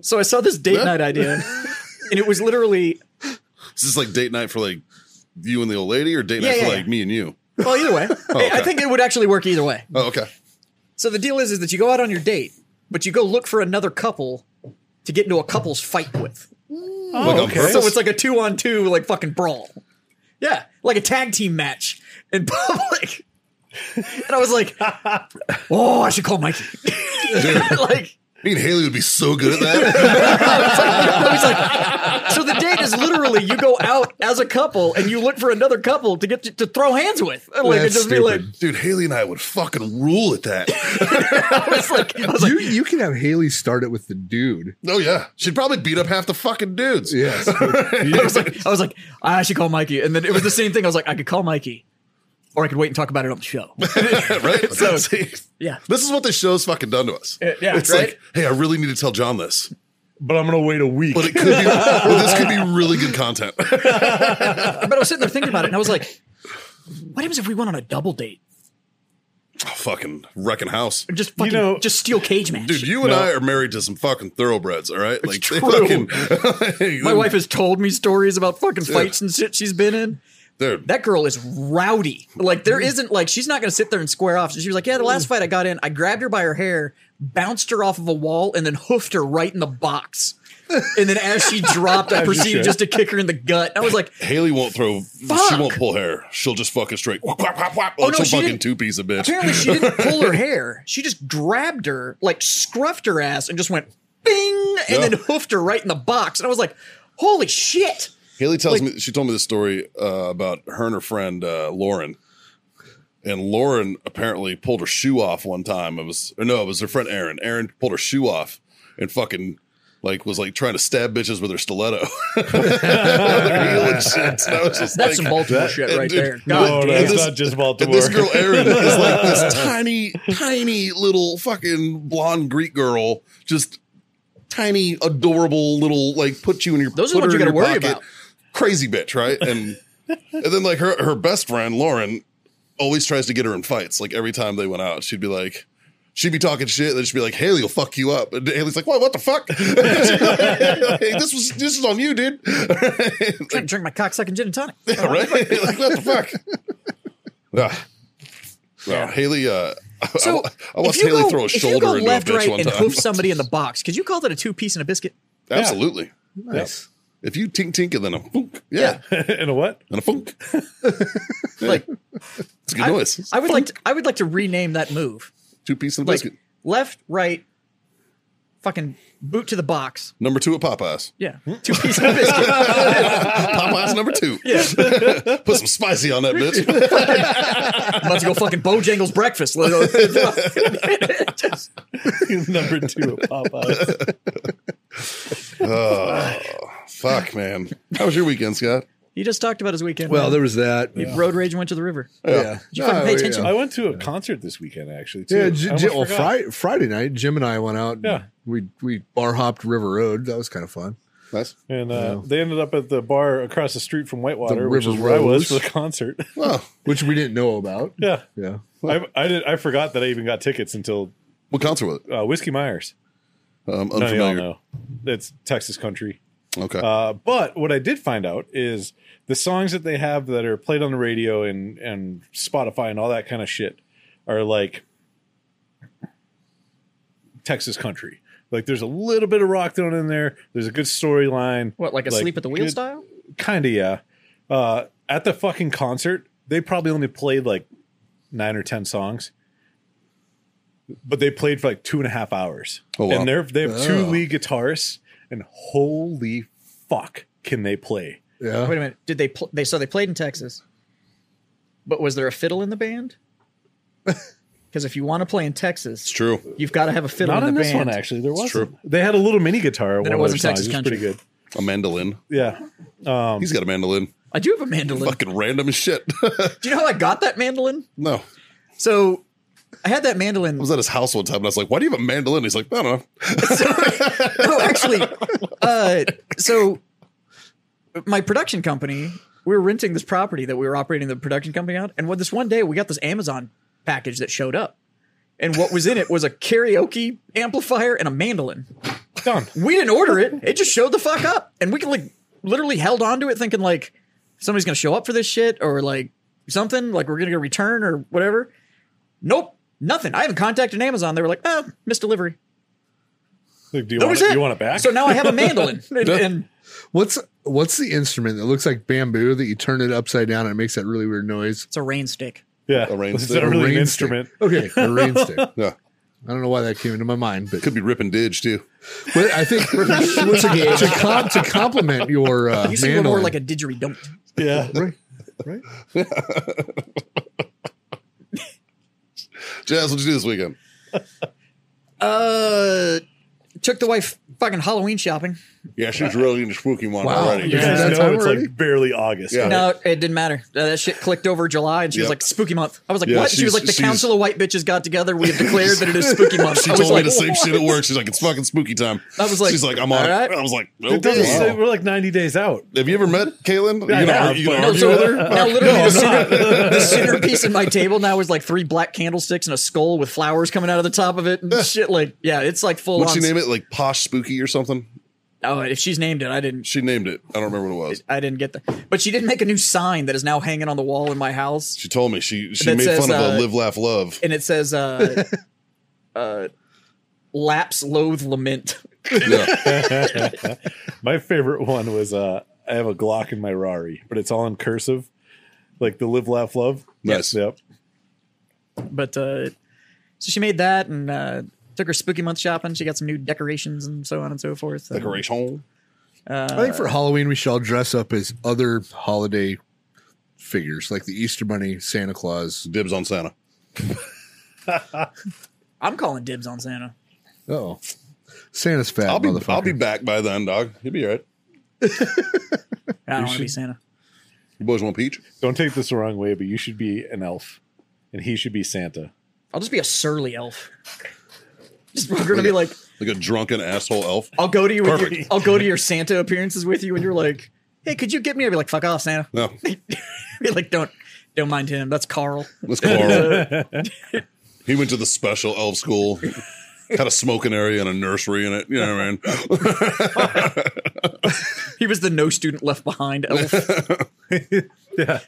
C: So I saw this date
F: Yeah.
C: night idea, and it was literally
F: Is this like date night for like you and the old lady or date
C: Yeah,
F: night for
C: yeah,
F: like
C: yeah.
F: me and you?
C: well either way. I- I
F: Oh, okay.
C: think it would actually work either way.
F: Oh, okay.
C: So the deal is is that you go out on your date, but you go look for another couple to get into a couple's fight with.
E: Oh,
F: on purpose?
E: okay.
C: So it's like a two on two, like fucking brawl. Yeah, like a tag team match in public. And I was like, oh, I should call Mikey. like,
F: Me and Haley would be so good at that.
C: so the date is literally you go out as a couple and you look for another couple to get to, to throw hands with. And, Like, it
D: That's
C: just be like,
D: stupid.
F: Dude, Haley and I would fucking rule at that.
C: I was like, I was like,
D: you you can have Haley start it with the dude.
F: Oh yeah. She'd probably beat up half the fucking dudes.
D: Yes.
C: I was like, I was like, "Ah, I should call Mikey. And then it was the same thing. I was like, I could call Mikey, or I could wait and talk about it on the show.
F: right?
C: So-
F: See,
C: Yeah.
F: this is what this show's fucking done to us.
C: yeah,
F: It's
C: right?
F: like, hey, I really need to tell John this.
E: but I'm going to wait a week.
F: But it could be but this could be really good content. Oh,
C: But I was sitting there thinking about it, and I was like, what happens if we went on a double date?
F: fucking wrecking house.
C: Or just fucking,
E: know-
C: just steel cage match.
F: Dude, you and
E: No.
F: I are married to some fucking thoroughbreds, all right? like
C: true. My wife has told me stories about fucking fights and shit she's been in.
F: dude.
C: That girl is rowdy. Like there isn't like she's not going to sit there and square off. She was like, "Yeah, the last fight I got in, I grabbed her by her hair, bounced her off of a wall, and then hoofed her right in the box." And then as she dropped, I
E: you
C: proceeded
E: should.
C: just to kick her in the gut. I was like,
F: Haley won't throw. She
C: Fuck. Oh,
F: won't pull hair. She'll just fucking straight. Whop, whop, whop, whop, like
C: no,
F: some
C: she
F: Oh, fucking
C: didn't-
F: two piece of bitch.
C: Apparently, she didn't pull her hair. She just grabbed her, like scruffed her ass, and just went bing, and
F: Yeah.
C: then hoofed her right in the box. And I was like, "Holy shit!"
F: Haley tells me she told me this story uh, about her and her friend uh, Lauren, and Lauren apparently pulled her shoe off one time. It was or no, it was her friend Aaron. Aaron pulled her shoe off and fucking like was like trying to stab bitches with her stiletto. Her heel and shit. So I was just
C: That's
F: like-
C: some Baltimore shit
F: and
C: right
F: dude,
C: there.
E: no,
C: God
E: Oh, no,
C: damn.
F: And
E: it's
F: this-
E: not just
F: And
E: Baltimore.
F: this girl Erin is like this tiny, tiny little fucking blonde Greek girl, just tiny, adorable little like put you in your
C: Those are the
F: put
C: ones
F: her
C: you
F: in
C: gotta
F: your
C: worry about.
F: Crazy bitch, right? And and then like her her best friend Lauren always tries to get her in fights. Like every time they went out, she'd be like. She'd be talking shit, and then she'd be like, "Haley will fuck you up." And Haley's like, "What? What the fuck? Like, this was this is on you, dude."
C: Drink, drink my cocksucking gin and tonic.
F: Yeah, right? like, what the fuck? yeah. Well, Haley, uh, I-
C: So,
F: I, I watched
C: if you
F: Haley
C: go,
F: throw a
C: if you
F: shoulder
C: go
F: into a
C: left,
F: bitch
C: right,
F: one
C: and
F: time.
C: hoof somebody in the box, could you call that a two piece and a biscuit?
F: Absolutely.
D: nice.
F: If you tink tink and then a funk, yeah,
E: in a what?
F: and a funk,
C: Like,
F: it's a good noise.
C: I would like to, I would like to rename that move.
F: Two piece in the
C: Like
F: biscuit.
C: left, right, fucking boot to the box.
F: Number two at Popeyes.
C: Yeah, two piece of biscuit.
F: Popeyes number two. Put some spicy on that bitch.
C: I'm about to go fucking Bojangles breakfast. Just-
E: Number two at Popeyes.
F: Fuck, man. How was your weekend, Scott?
C: he just talked about his weekend.
D: Well,
C: man.
D: there was that.
C: He road rage and went to the river.
D: Yeah.
C: you fucking pay attention?
E: I went to a concert this weekend actually. Too.
D: Yeah,
E: I
D: J-
E: almost
D: J- well,
E: forgot.
D: Friday, Friday night, Jim and I went out. and
E: Yeah.
D: we we bar hopped River Road. That was kind of fun.
F: Nice.
E: And uh, they ended up at the bar across the street from Whitewater,
D: The
E: which is
D: River
E: where I was
D: Rose.
E: for the concert.
F: Wow.
D: which we didn't know about.
E: yeah,
D: Yeah.
E: I, I did. I forgot that I even got tickets until
F: What concert was it?
E: uh, Whiskey Myers.
F: Um,
E: None of y'all
F: unfamiliar.
E: know. It's Texas country.
F: Okay.
E: Uh, but what I did find out is the songs that they have that are played on the radio and and Spotify and all that kind of shit are like Texas country. Like there's a little bit of rock thrown in there. There's a good storyline.
C: What, like a sleep at the wheel
E: good-
C: style?
E: Kinda, yeah. Uh, at the fucking concert, they probably only played like nine or ten songs, but they played for like two and a half hours.
F: Oh, wow.
E: And they're they have two
D: Oh.
E: lead guitarists, and holy fuck, can they play?
D: Yeah.
C: Oh, Wait a minute. Did they pl- they so they played in Texas? But was there a fiddle in the band? Because if you want to play in Texas,
F: it's true.
C: you've got to have a fiddle
E: Not
C: in
E: in
C: the
E: this
C: band.
E: one actually. There wasn't.
F: true.
E: They had a little mini guitar. at
C: Then
E: one
C: it
E: of
C: wasn't
E: their
C: Texas
E: songs. It was
C: country.
E: Pretty good.
F: A mandolin.
E: Yeah. um,
F: He's got a mandolin.
C: I do have a mandolin.
F: Fucking random as shit.
C: Do you know how I got that mandolin?
F: no. I
C: So I had that mandolin.
F: was at his house one time and I was like, why do you have a mandolin? He's like, I don't know.
C: no, actually, uh, so my production company, we were renting this property that we were operating the production company on, and what this one day we got this Amazon package that showed up, and what was in it was a karaoke amplifier and a mandolin.
E: Done.
C: We didn't order it; it just showed the fuck up, and we like literally held on to it, thinking like somebody's gonna show up for this shit or like something, like we're gonna get a return or whatever. Nope, nothing. I haven't contacted Amazon. They were like, "Oh, missed delivery."
E: Like, do you
C: That
E: want
C: was
E: it?
C: it.
E: You want it back?
C: So now I have a mandolin, and, and
D: What's what's the instrument that looks like bamboo that you turn it upside down and it makes that really weird noise?
C: it's a rain stick.
E: yeah.
F: A rain
E: It's
F: stick.
E: not
D: A
E: really an
D: rain stick.
E: instrument.
D: Okay, a rain stick. I
F: Yeah.
D: don't know why that came into my mind, but,
F: Could be ripping didge too.
D: but I think once again to, com- to compliment your uh,
C: You seem more
D: mandolin-
C: like a didgeridoo.
E: Yeah.
D: right, right.
F: Jazz, what'd you do this weekend?
C: Uh, took the wife fucking Halloween shopping.
F: Yeah,
C: Uh,
F: she's really into spooky one
D: Wow.
F: already.
D: Yeah.
E: Because
D: that
E: now
D: time
E: it's
D: already?
E: like barely August.
F: Yeah.
C: No, it didn't matter. Uh, that shit clicked over July, and she was
F: Yep.
C: like, "Spooky month." I was like,
F: Yeah,
C: "What?" She
F: she's-
C: was like, "The
F: she's-
C: council of white bitches got together. We have declared that it is spooky month."
F: She
C: I
F: told
C: was
F: me
C: like,
F: the same
C: "What?"
F: shit at work. She's like, it's fucking spooky time.
C: I was like,
F: she's like, I'm on.
C: all
F: it.
C: right.
F: I was like,
E: It doesn't
F: okay.
E: say we're like 90 days out.
F: Have you ever met Kaylin? Are you gonna,
E: Yeah,
F: are you gonna
C: No,
F: argue
E: but-
C: so
F: with her?
C: now literally the, center, the centerpiece in my table now is like three black candlesticks and a skull with flowers coming out of the top of it and shit. Like, yeah, it's like full.
F: What'd Eh. she
C: on-
F: name it? Like Posh Spooky or something?
C: Oh, if she's named it, I didn't.
F: She named it. I don't remember what it was.
C: I didn't get that. But she did make a new sign that is now hanging on the wall in my house.
F: She told me she she
C: That
F: made
C: says,
F: fun of a
C: uh,
F: live laugh love.
C: and it says uh uh lapse loathe lament
F: Yeah.
E: My favorite one was uh, I have a Glock in my Rari, but it's all in cursive, like the live, laugh, love.
F: Nice.
E: Yep.
C: but uh so she made that and uh took her spooky month shopping she got some new decorations and so on and so forth And
F: Decoration.
D: I think for Halloween we should all dress up as other holiday figures like the Easter Bunny, Santa Claus.
F: Dibs on Santa.
C: i'm calling dibs on santa
D: Oh, Santa's fat.
F: I'll be
D: motherfucker.
F: I'll be back by then, dog. You'll be all right.
C: i don't want to be santa
F: You boys want peach?
E: Don't take this the wrong way, but you should be an elf and he should be Santa.
C: i'll just be a surly elf just we're gonna be like
F: Like a drunken asshole elf.
C: i'll go to you with your,
F: Perfect.
C: i'll go to your santa appearances with you and you're like hey could you get me i'll be like fuck off santa
F: No,
C: be like don't don't mind him that's carl
F: that's Carl. he went to the special elf school. Had a smoking area and a nursery in it. You know what I mean?
C: he was the no student left behind elf
E: Yeah.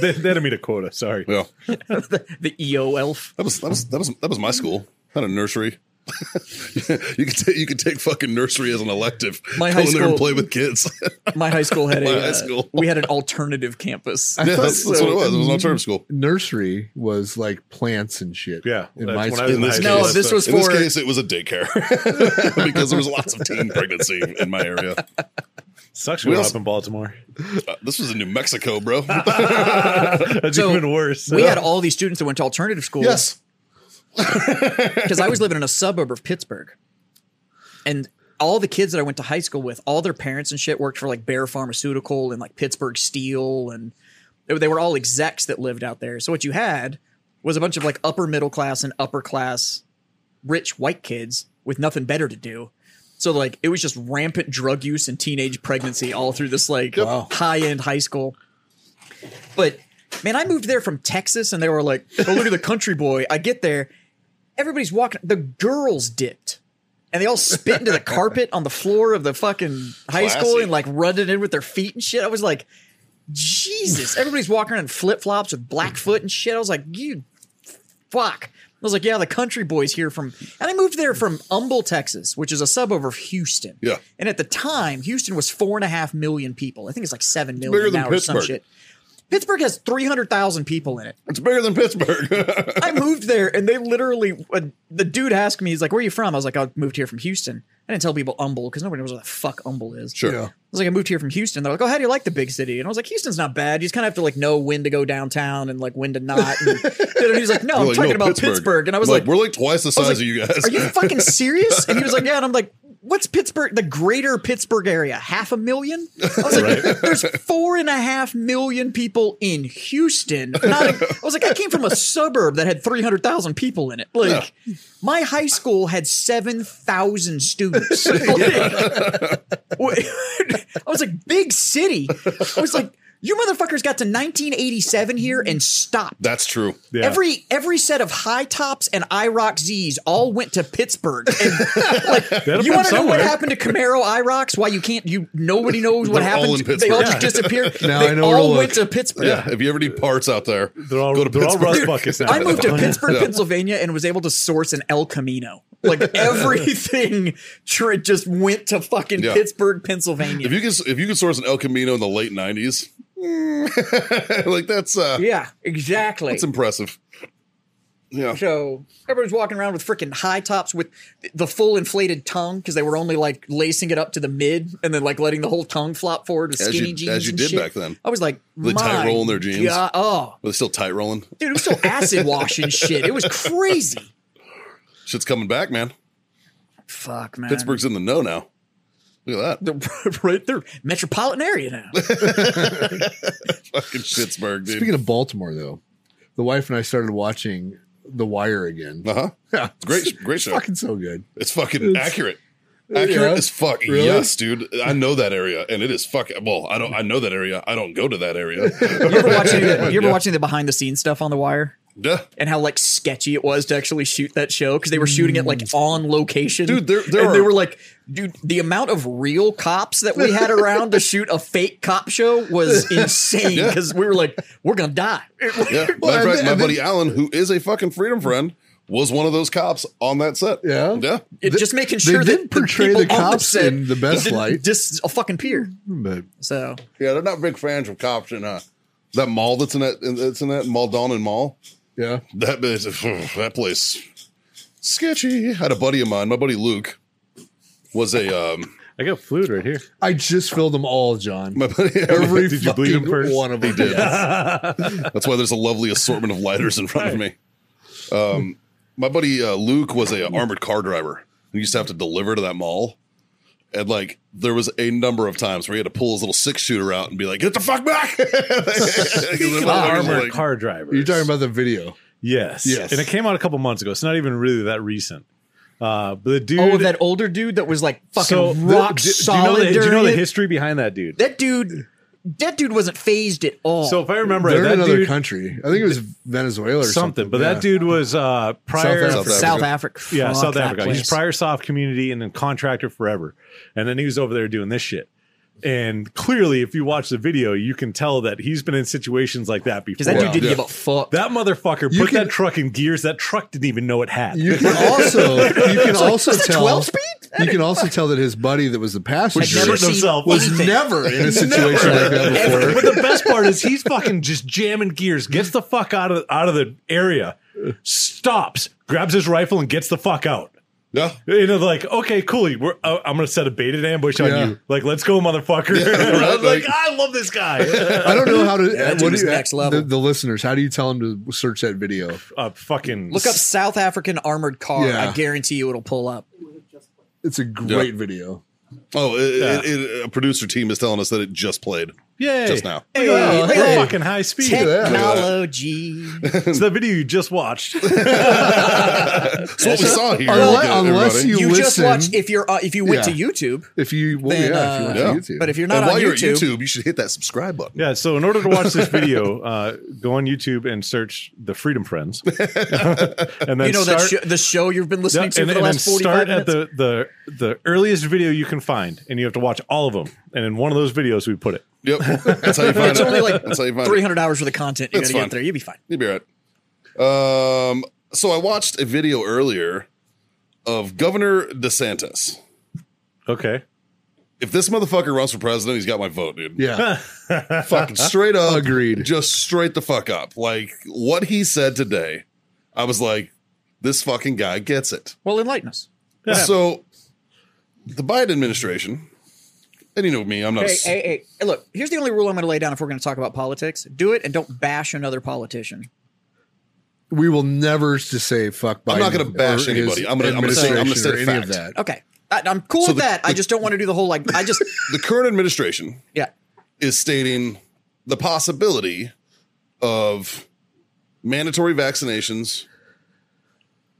E: they, they had to meet a quota. Sorry.
F: Yeah.
C: the eo elf
F: That was that was that was that was my school. Had a nursery. You can take you can take fucking nursery as an elective.
C: My
F: Go
C: high
F: in there and
C: school-
F: play with kids.
C: My high school had a.
F: My high
C: uh,
F: school.
C: we had an alternative campus.
F: yeah, that's, that's what it was. It was an alternative school.
D: Nursery was like plants and shit.
E: Yeah,
D: in
E: that's
D: my
E: when I
D: school.
E: was in
F: this
E: high school,
F: case-
E: that's
C: No, this
E: the-
C: was-
F: In this
C: for-
F: case, it was a daycare because there was lots of teen pregnancy in my area.
E: sucks.
F: we
E: Growing up
F: also-
E: in Baltimore,
F: Uh, this was in New Mexico, bro.
E: that's
C: So,
E: even worse.
C: We had all these students that went to alternative schools.
F: yes,
C: because I was living in a suburb of Pittsburgh, and all the kids that I went to high school with, all their parents and shit worked for like Bear Pharmaceutical and like Pittsburgh Steel, and they they were all execs that lived out there. So what you had was a bunch of like upper middle class and upper class rich white kids with nothing better to do. So like it was just rampant drug use and teenage pregnancy all through this like high end high school. But man, I moved there from Texas and they were like, "Oh, look at the country boy." I get there, everybody's walking. The girls dipped, and they all spit into the carpet on the floor of the fucking high school
F: Classy.
C: and like running in with their feet and shit. I was like, Jesus! Everybody's walking around in flip flops with Blackfoot and shit. I was like, you fuck. I was like, yeah, the country boys here from, and I moved there from Humble, Texas, which is a suburb of Houston.
F: Yeah.
C: And at the time, Houston was four and a half million people. I think it's like seven million
F: bigger than
C: now or some
F: Pittsburgh.
C: shit. Pittsburgh has 300,000 people in it.
F: it's bigger than Pittsburgh.
C: I moved there and they literally, uh, the dude asked me, he's like, where are you from? I was like, I moved here from Houston. I didn't tell people Humble because nobody knows what the fuck Humble is.
F: sure.
D: Yeah.
C: I was like, I moved here from Houston. They're like, oh, how do you like the big city? And I was like, Houston's not bad. You just kind of have to like know when to go downtown and like when to not. And, and he's like, no, I'm
F: We're like,
C: talking
F: no,
C: about Pittsburgh. And I was like,
F: we're like twice the
C: I
F: size
C: was like,
F: of you guys.
C: Are you fucking serious? And he was like, yeah. And I'm like, what's Pittsburgh, the greater Pittsburgh area? Half a million? I was like, there's four and a half million people in Houston. Not a, I was like, I came from a suburb that had 300,000 people in it. Like, my high school had 7,000 students. Like, wha- I was like, big city. I was like, you motherfuckers got to 1987 here and stopped.
F: That's true.
E: Yeah.
C: Every every set of high tops and IROC Z's all went to Pittsburgh. And,
E: That'll
C: you
E: come
C: want to know what
E: somewhere.
C: happened to Camaro IROCs? Why you can't? You nobody knows what
F: They're all in
C: happened. They
F: Pittsburgh.
C: all just disappeared.
D: Now
C: they
D: I know where to
C: all
D: look.
C: went to Pittsburgh.
F: Yeah. If you ever need parts out there,
E: They're all,
F: go to
E: they're all
F: Pittsburgh.
E: rust buckets now.
C: I moved to
E: Yeah.
C: Pittsburgh, Pennsylvania, and was able to source an El Camino. Like everything tr- just went to fucking
F: Yeah.
C: Pittsburgh, Pennsylvania.
F: If you could, if you could source an El Camino in the late '90s, like that's uh,
C: yeah, exactly.
F: that's impressive. Yeah.
C: So everybody's walking around with freaking high tops with th- the full inflated tongue because they were only like lacing it up to the mid and then like letting the whole tongue flop forward with
F: As you-
C: skinny
F: as
C: jeans.
F: you
C: and
F: did
C: shit.
F: back then.
C: I was like,
F: They tight
C: my
F: roll in their jeans.
C: God- oh,
F: But it's still tight rolling.
C: dude, it was so acid wash and shit. It was crazy.
F: Shit's coming back, man.
C: Fuck man,
F: Pittsburgh's in the know now. Look at that.
C: They're right there, metropolitan area now.
F: Fucking Pittsburgh, dude.
D: Speaking of Baltimore, though, the wife and I started watching The Wire again.
F: uh huh.
D: Yeah,
F: Great, great show.
D: fucking so good.
F: It's fucking accurate. Accurate
D: Yeah.
F: as fuck.
D: Really?
F: Yes, dude. I know that area, and it is fuck. Well, I don't. I know that area. I don't go to that area.
C: You ever watching? The, you ever watching the behind the scenes stuff on the wire?
F: Duh.
C: and how like sketchy it was to actually shoot that show because they were shooting it like on location.
F: Dude, there- there
C: and they
F: are-
C: were like, dude, the amount of real cops that we had around to shoot a fake cop show was insane because we were like, we're gonna die.
F: Yeah.
D: Well,
F: Matter of
D: and
F: fact,
D: then-
F: my
D: and
F: buddy Alan, who is a fucking freedom friend, was one of those cops on that set.
D: Yeah?
F: Yeah.
C: It, just making
D: they
C: sure
D: did
C: that
D: portray
C: the,
D: the
C: people on
D: cops
C: set
D: in the best
C: didn't
D: light.
C: Dis a fucking peer.
D: But
C: So
F: Yeah. They're not big fans of cops in uh, that mall that's in that in- that's in that Maldon and Mall.
D: yeah,
F: That place, that place, sketchy. I had a buddy of mine, my buddy Luke, was a um.
E: I got fluid right here.
D: I just filled them all, John.
F: My buddy,
D: Every
E: Did you bleed
D: fucking
E: them first?
D: one of them. Did.
F: That's why there's a lovely assortment of lighters in front of me. Um, my buddy uh, Luke was a armored car driver. He used to have to deliver to that mall, and like there was a number of times where he had to pull his little six shooter out and be like, "Get the fuck back!" 'Cause the motherfuckers were
E: Armored
F: like-
E: car drivers.
D: You're talking about the video.
E: yes,
D: Yes.
E: and it came out a couple months ago. It's not even really that recent. Uh, but the dude,
C: oh, that older dude that was like fucking
E: so the-
C: rock
E: do- do
C: solid.
E: You know the, do you know
C: during
E: the
C: it?
E: history behind that dude?
C: That dude, that dude wasn't phased at all.
E: So if I remember, right,
D: They're in
E: that
D: another
E: dude
D: country. I think it was Venezuela or something.
E: something. But
D: yeah.
E: that dude was uh, prior
D: Africa.
F: South
C: South Africa,
E: Yeah,
C: Fuck
E: South
C: that
E: Africa. He's
C: place.
E: prior soft community and then contractor forever. And then he was over there doing this shit. And clearly, if you watch the video, you can tell that he's been in situations like that before.
C: Because that dude didn't
F: Yeah.
C: give a fuck.
E: That motherfucker
D: You
E: put
D: can-
E: that truck in gears. That truck didn't even know it had.
D: You can also you can also
C: that
D: tell
C: 12 speed?
D: you can also tell that his buddy that was the passenger
E: never seen himself.
D: was
C: anything.
D: never in a situation like that before.
E: but the best part is he's fucking just jamming gears, gets the fuck out of out of the area, stops, grabs his rifle, and gets the fuck out.
F: Yeah.
E: You know, like okay, cool. We're, uh, I'm gonna set a baited ambush on
D: Yeah.
E: you. Like, let's go, motherfucker.
F: right,
E: I'm
F: like-
E: like, I love this guy.
D: I don't know how to.
C: That dude
D: what do
C: is
D: you,
C: next level.
D: The, the listeners, how do you tell them to search that video?
E: uh, fucking
C: Look up South African armored car.
D: Yeah.
C: I guarantee you it'll pull up.
D: It's a great video.
F: Oh, it, it, it, a producer team is telling us that it just played
E: Yay.
F: just now.
E: Hey, we're
D: hey.
E: fucking high speed.
D: that.
C: Technology.
E: It's the video you just watched.
F: That's what we saw here.
D: Unless-
F: everybody.
D: unless you-
C: You just
D: listen.
C: watched if you're uh, if you went to
D: Yeah.
C: YouTube,
D: If you, well,
C: Then,
D: yeah, if you
F: uh,
D: went to YouTube.
C: but if you're not
F: and
C: on
F: while you're
C: YouTube,
F: at YouTube, you should hit that subscribe button.
E: Yeah, so in order to watch this video, uh, go on YouTube and search the Freedom Friends, and then
C: you know
E: start,
C: that sh- the show you've been listening
E: Yeah, and,
C: to for
E: and
C: the
E: then
C: last forty five
E: start at
C: minutes.
E: the, the the earliest video you can find, and you have to watch all of them. And in one of those videos, we put it.
F: Yep. That's how you find
C: it's
F: it.
C: only like
F: That's how you find it.
C: 300 hours worth of content you
F: That's
C: gotta
F: fine.
C: get there you'll be fine
F: You'll be all right. Um, so I watched a video earlier of Governor DeSantis.
E: Okay,
F: If this motherfucker runs for president, he's got my vote, dude.
D: yeah,
F: Fucking straight up.
D: Agreed.
F: Just straight the fuck up. Like what he said today, I was like, this fucking guy gets it.
C: well enlighten us
E: Yeah.
F: So the Biden administration, and you know me, I'm not a
C: hey
F: s-
C: hey hey Hey, look here's the only rule i'm gonna lay down if we're gonna talk about politics do it and don't bash another politician
D: we will never just say fuck. Biden
F: I'm not gonna bash
D: or his
F: anybody. I'm gonna- I'm gonna say- I'm gonna say
D: administration or
F: fact.
D: that.
C: okay I, i'm cool
F: So
C: with
F: the-
C: that i
F: the-
C: just don't want to do the whole like i just
F: the current administration
C: yeah
F: is stating the possibility of mandatory vaccinations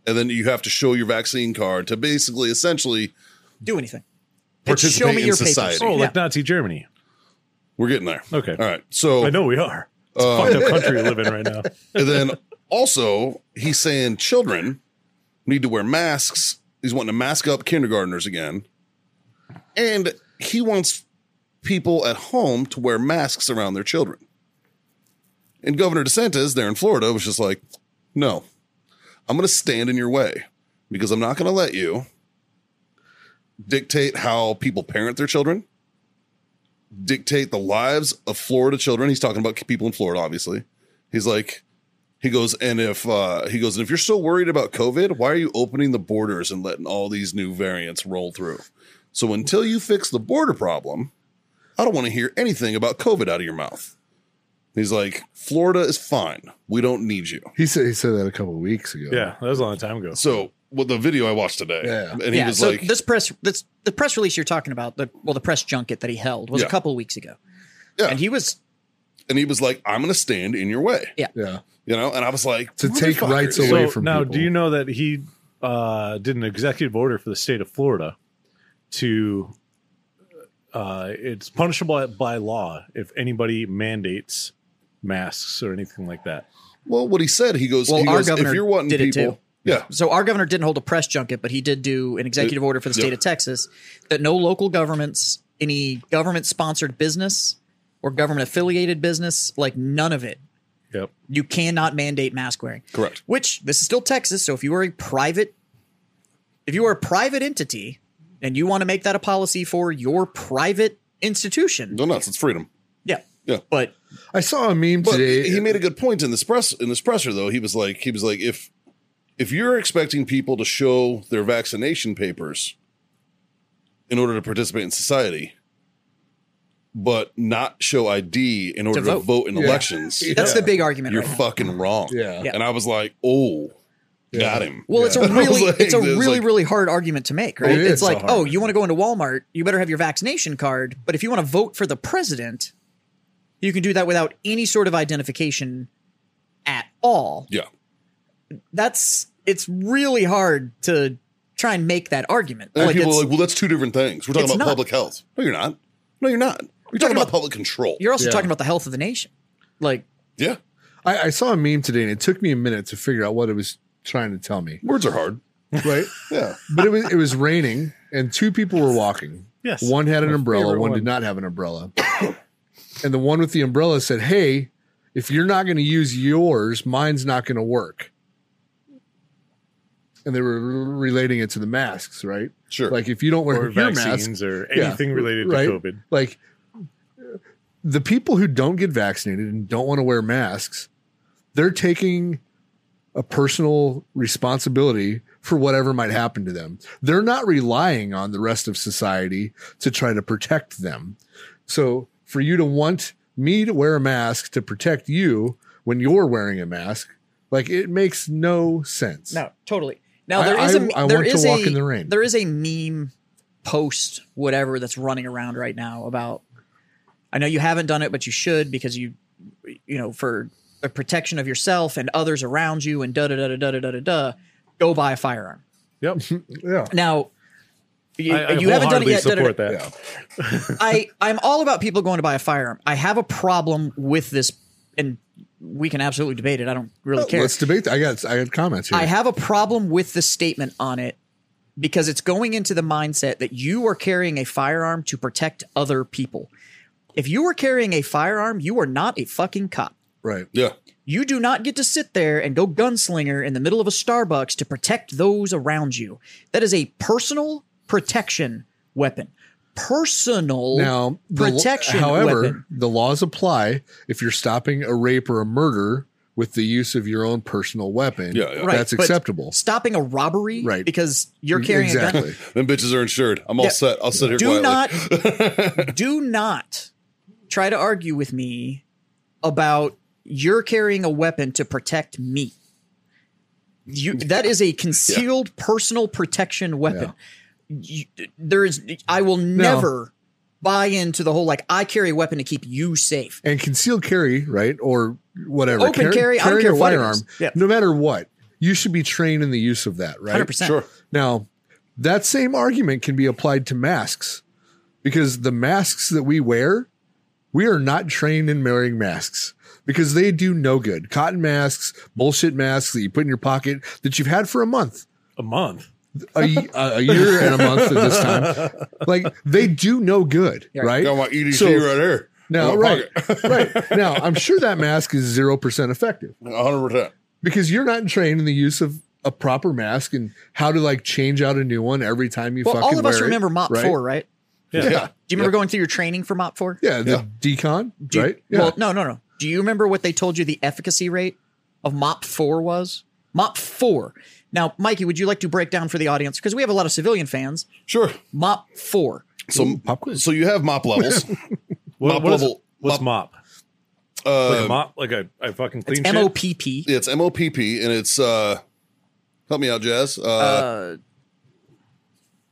F: and then you have to show your vaccine card to basically essentially
C: do anything And
F: participate
C: show me
F: in
C: your
F: society.
C: papers
E: oh, like
C: Yeah.
E: Nazi Germany.
F: We're getting there.
E: Okay.
F: All right. So
E: I know we are. It's
D: Uh,
E: a fucked up country we live in right now.
F: and then also he's saying children need to wear masks. He's wanting to mask up kindergartners again. And he wants people at home to wear masks around their children. And Governor DeSantis there in Florida was just like, no, I'm going to stand in your way because I'm not going to let you dictate how people parent their children, dictate the lives of Florida children. He's talking about people in Florida, obviously. He's like, he goes, and if uh, he goes, and if you're so worried about COVID, why are you opening the borders and letting all these new variants roll through? So until you fix the border problem, I don't want to hear anything about COVID out of your mouth. He's like, Florida is fine. We don't need you.
D: He said he said that a couple of weeks ago.
E: Yeah, that was a long time ago.
F: So with the video I watched today,
D: Yeah.
F: and he
C: yeah
F: was
C: so
F: like,
C: this press this the press release you're talking about the well the press junket that he held was
F: Yeah.
C: a couple weeks ago
F: Yeah.
C: and he was
F: and he was like, I'm going to stand in your way,
D: yeah.
F: you know. And I was like,
D: To take
F: "Motherfuckers."
D: rights
E: So
D: away from
E: now,
D: people.
E: do you know that he uh, did an executive order for the state of Florida to? Uh, it's punishable by law if anybody mandates masks or anything like that.
F: Well, what he said, he goes,
C: Well,
F: he
C: our
F: goes if
C: governor
F: you're wanting
C: did it
F: people,
C: too.
F: yeah,
C: So our governor didn't hold a press junket, but he did do an executive order for the state
F: Uh, yeah.
C: of Texas that no local governments, any government sponsored business or government affiliated business, like none of it.
E: Yep.
C: You cannot mandate mask wearing.
F: Correct.
C: Which this is still Texas, so if you are a private if you are a private entity and you want to make that a policy for your private institution.
F: no nuts, it's freedom.
C: Yeah.
F: Yeah.
C: But
D: I saw a meme
F: But
D: today. uh,
F: he made a good point in this press in this presser though. He was like, he was like, if if you're expecting people to show their vaccination papers in order to participate in society, but not show ID in order to vote,
C: vote.
F: in
D: Yeah.
F: elections,
D: Yeah.
C: that's the big argument.
F: you're
C: right now.
F: fucking wrong.
D: Yeah.
C: Yeah.
F: and I was like, oh, got him.
C: Well, it's a
F: I was
C: really,
F: like,
C: it's a
F: it was
C: really,
F: like-
C: really hard argument to make, right?
D: It is
C: it's like,
D: a hard
C: oh, you want to go into Walmart, you better have your vaccination card. But if you want to vote for the president, you can do that without any sort of identification at all.
F: yeah.
C: That's it's really hard to try and make that argument.
F: And
C: Like,
F: people
C: it's-
F: are like, well, that's two different things. We're talking
C: it's
F: about
C: not.
F: public health. No, you're not. No, you're not. You're talking about public control.
C: you're also
D: Yeah.
C: talking about the health of the nation. Like,
F: Yeah,
D: I, I saw a meme today, and it took me a minute to figure out what it was trying to tell me.
F: words are hard.
D: Right?
F: Yeah,
D: but it was it was raining, and two people were walking,
E: Yes.
D: One had an umbrella,
E: favorite
D: one
E: one.
D: did not have an umbrella. and the one with the umbrella said, Hey, if you're not going to use yours, mine's not going to work. And they were relating it to the masks, right?
F: Sure.
D: Like if you don't wear
E: or
D: your mask,
E: vaccines or
D: Yeah,
E: anything related
D: right?
E: to COVID.
D: Like the people who don't get vaccinated and don't want to wear masks, they're taking a personal responsibility for whatever might happen to them. They're not relying on the rest of society to try to protect them. So for you to want me to wear a mask to protect you when you're wearing a mask, like it makes no sense.
C: No, totally. Now
D: I-
C: there is a
D: I- I
C: there
D: want to
C: is
D: walk
C: a
D: in the rain.
C: there is a meme post whatever that's running around right now about. I know you haven't done it, but you should because you you know for the protection of yourself and others around you and da da da da da da da da. Go buy a firearm
E: Yep.
D: Yeah.
C: now. You,
E: I, I
C: you haven't done it
E: wholeheartedly
C: yet. da, da, da.
E: Support that.
C: I I'm all about people going to buy a firearm. I have a problem with this, and we can absolutely debate it. I don't really care.
D: Let's debate that. I got I got comments here.
C: I have a problem with the statement on it because it's going into the mindset that you are carrying a firearm to protect other people. If you are carrying a firearm, you are not a fucking cop.
D: right.
F: Yeah.
C: You do not get to sit there and go gunslinger in the middle of a Starbucks to protect those around you. That is a personal protection weapon. Personal
D: now the lo-
C: protection
D: however
C: weapon.
D: the laws apply if you're stopping a rape or a murder with the use of your own personal weapon
F: Yeah, yeah.
C: Right,
D: that's
C: but
D: acceptable
C: Stopping a robbery
D: Right.
C: because you're carrying a gun.
D: exactly
F: Them bitches are insured. I'm all
C: Yeah.
F: set. I'll sit here
C: do
F: quietly.
C: not do not try to argue with me about you're carrying a weapon to protect me you that is a concealed personal protection weapon You- there is i will never buy into the whole like i carry a weapon to keep you safe
D: and concealed carry right or whatever
C: Open carry, I don't
D: carrying
C: care
D: a
C: what it
D: firearm
C: is. Yeah.
D: no matter what you should be trained in the use of that right
C: 100%
F: Sure.
D: Now, that same argument can be applied to masks because the masks that we wear, we are not trained in wearing masks because they do no good. Cotton masks, bullshit masks that you put in your pocket that you've had for a month,
E: A month.
D: a, y- a year and a month at this time. Like they do no good,
C: Yeah.
D: right?
F: Got my EDC
D: So-
F: right here.
D: Now,
F: In my
D: right, right. Now, I'm sure that mask is 0% effective
F: pocket. 100%.
D: because you're not trained in the use of a proper mask and how to like change out a new one every time you
C: well
D: fucking
C: all of us
D: wear it,
C: remember mop
D: right?
C: 4 right
E: Yeah.
F: Yeah.
C: do you remember going through your training for mop 4
D: Yeah, the
F: Yeah.
D: decon,
C: Do you-
D: right? Yeah.
C: Well, no, no, no. Do you remember what they told you the efficacy rate of MOP 4 was? MOP 4. Now, Mikey, would you like to break down for the audience? Because we have a lot of civilian fans.
F: Sure.
C: MOP 4.
F: So, so you have mop levels.
E: What,
F: Mop
E: what is-
F: level-
E: what's mop?
F: Um,
E: Like a mop? Like a, I fucking
C: It's
E: clean shit?
C: MOPP.
F: Uh, it's MOPP and it's, uh, help me out, Jazz. Uh,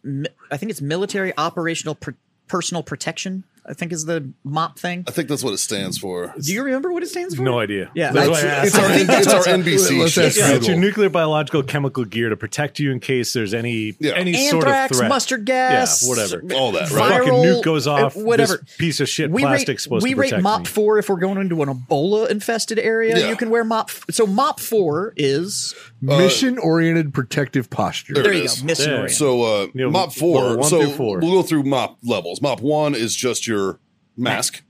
C: Mi- I think it's Military Operational Pro- Personal Protection, I think is the MOP thing.
F: I think that's what it stands for.
C: Do you remember what it stands for?
E: No idea.
C: Yeah.
E: That's
C: That's-
E: why I asked.
F: It's our, it's our NBC
D: Let's
F: shit.
D: ask
E: yeah, it's your
D: Google.
E: nuclear, biological, chemical gear to protect you in case there's any
F: Yeah.
E: any sort of
C: Anthrax,
E: threat.
C: mustard gas,
E: yeah, whatever.
F: All that, right?
E: Fucking
C: viral,
E: nuke goes off.
C: uh, whatever.
E: This piece of shit
C: we
E: plastic's
C: rate,
E: supposed
C: we
E: to
C: rate
E: protect
C: mop
E: me.
C: 4 if we're going into an Ebola infested area.
F: Yeah.
C: You can wear MOP. F- so MOP 4 is.
D: Mission oriented protective posture.
C: There you
F: is.
C: go. Mission
E: There.
C: oriented.
F: So uh,
E: Yeah,
F: mop
E: level
F: four.
E: one
F: so
E: through four.
F: we'll go through mop levels. Mop one is just your mask.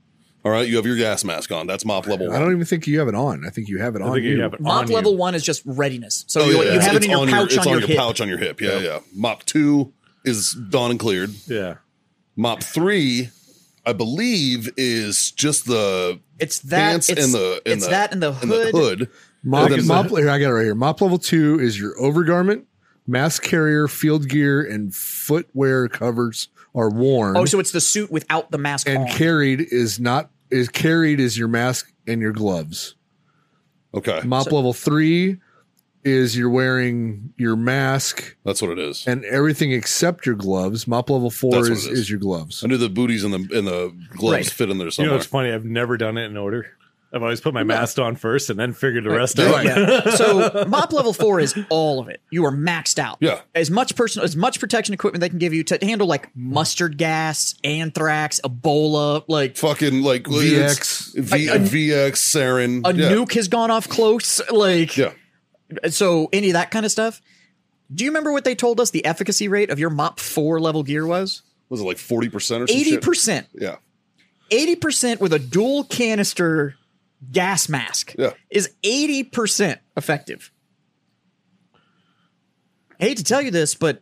F: All right, you have your gas mask on. That's mop level
D: I
F: one.
D: don't even think you have it on. I think you have it
E: I
D: on.
E: think you
D: you.
E: have it
C: Mop
E: on you.
C: level one is just readiness. So
F: Oh,
C: you,
F: yeah,
C: you
F: it's-
C: have it
F: it's
C: in your pouch
F: it's
C: on your hip.
F: pouch on your hip. Yeah, yeah. Mop two is done and cleared.
E: Yeah.
F: Mop three, I believe, is just the
C: It's that.
F: pants
C: it's
F: and the and
C: it's
F: the,
C: that and the
F: and the
C: hood.
F: hood.
D: Mop,
F: And then
D: mop, here, I got it right here. Mop level two is your overgarment, mask carrier, field gear, and footwear covers are worn.
C: Oh, so it's the suit without the mask
D: and
C: on.
D: carried is not is carried is your mask and your gloves.
F: Okay,
D: Mop level three is you're wearing your mask
F: that's what it is.
D: and everything except your gloves. Mop level four
F: That's what
D: is,
F: it is.
D: is your gloves.
F: I knew the booties and the and the gloves
C: Right.
F: fit in there
E: You know,
F: somewhere.
E: it's funny. I've never done it in order. I've always put my mask on first and then figured the rest out.
D: Right.
C: Yeah. so mop level four is all of it. You are maxed out.
F: Yeah.
C: As much personal, as much protection equipment they can give you to handle like mustard gas, anthrax, Ebola. Like
F: Fucking like
D: VX.
F: it's V- VX sarin.
C: a
F: yeah.
C: nuke has gone off close. Like
F: Yeah.
C: so, any of that kind of stuff. Do you remember what they told us the efficacy rate of your mop four level gear was?
F: was it like 40% or something?
C: Eighty percent,
F: Yeah.
C: eighty percent with a dual canister gas mask
F: Yeah.
C: is eighty percent effective. I hate to tell you this, but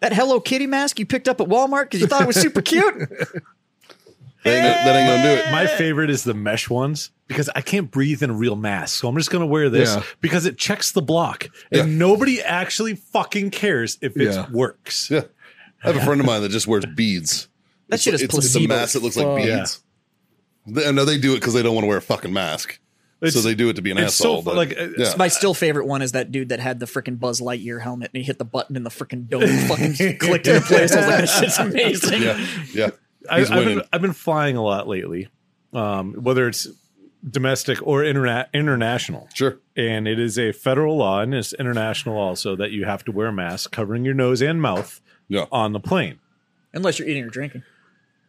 C: that Hello Kitty mask you picked up at Walmart because you thought it was super cute.
F: That ain't, gonna- that ain't gonna do it.
E: My favorite is the mesh ones because I can't breathe in a real mask. So I'm just going to wear this
D: Yeah.
E: because it checks the block and
F: Yeah.
E: nobody actually fucking cares if it
D: Yeah.
E: works.
F: Yeah. I have a friend of mine that just wears beads.
C: That shit is
F: it's, it's
C: placebo.
F: a mask that looks like
E: Fuck.
F: beads. They- I know they do it because they don't want to wear a fucking mask. so
E: It's-
F: they do it to be an
E: it's so
F: asshole.
E: fu-
F: but-
E: like, uh,
F: yeah.
C: My still favorite one is that dude that had the freaking Buzz Lightyear helmet and he hit the button and the freaking dome fucking clicked into place. I was like, this shit's amazing.
F: yeah, yeah.
E: I, I've,
F: He's winning.
E: been, I've been flying a lot lately, um, whether it's domestic or interna- international.
F: Sure.
E: And it is a federal law and it's international also that you have to wear a mask covering your nose and mouth
F: Yeah.
E: on the plane,
C: Unless you're eating or drinking.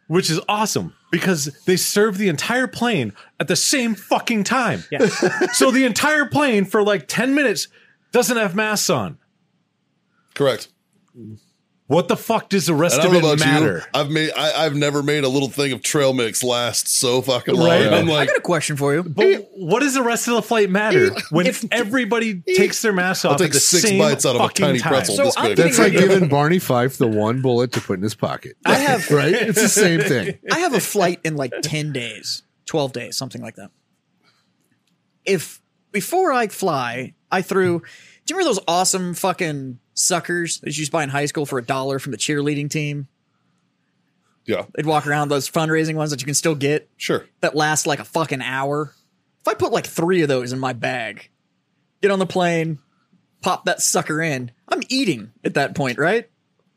E: which is awesome because they serve the entire plane at the same fucking time.
C: Yeah.
E: so the entire plane for like 10 minutes doesn't have masks on.
F: Correct.
E: What the fuck does the rest
F: And I
E: of
F: don't
E: it
F: know about you.
E: matter?
F: I've made I, I've never made a little thing of trail mix last so fucking long.
E: Right.
F: I'm
C: I
F: like,
C: got a question for you.
E: But what does the rest of the flight matter when everybody takes their masks off?
F: I'll take
E: at the
F: six
E: same
F: bites out of a
E: fucking
F: tiny
E: time?
F: pretzel
C: So
F: this
C: I'm
F: big.
C: getting
D: It's like giving Barney Fife the one bullet to put in his pocket.
C: I have
D: Right? It's the same thing.
C: I have a flight in like 10 days, 12 days, something like that. If before I fly, I threw, do you remember those awesome fucking suckers that you used to buy in high school for a dollar from the cheerleading team?
F: yeah,
C: They'd walk around those fundraising ones that you can still get
F: sure.
C: that last like a fucking hour. If I put like three of those in my bag, get on the plane, pop that sucker in, I'm eating at that point, right?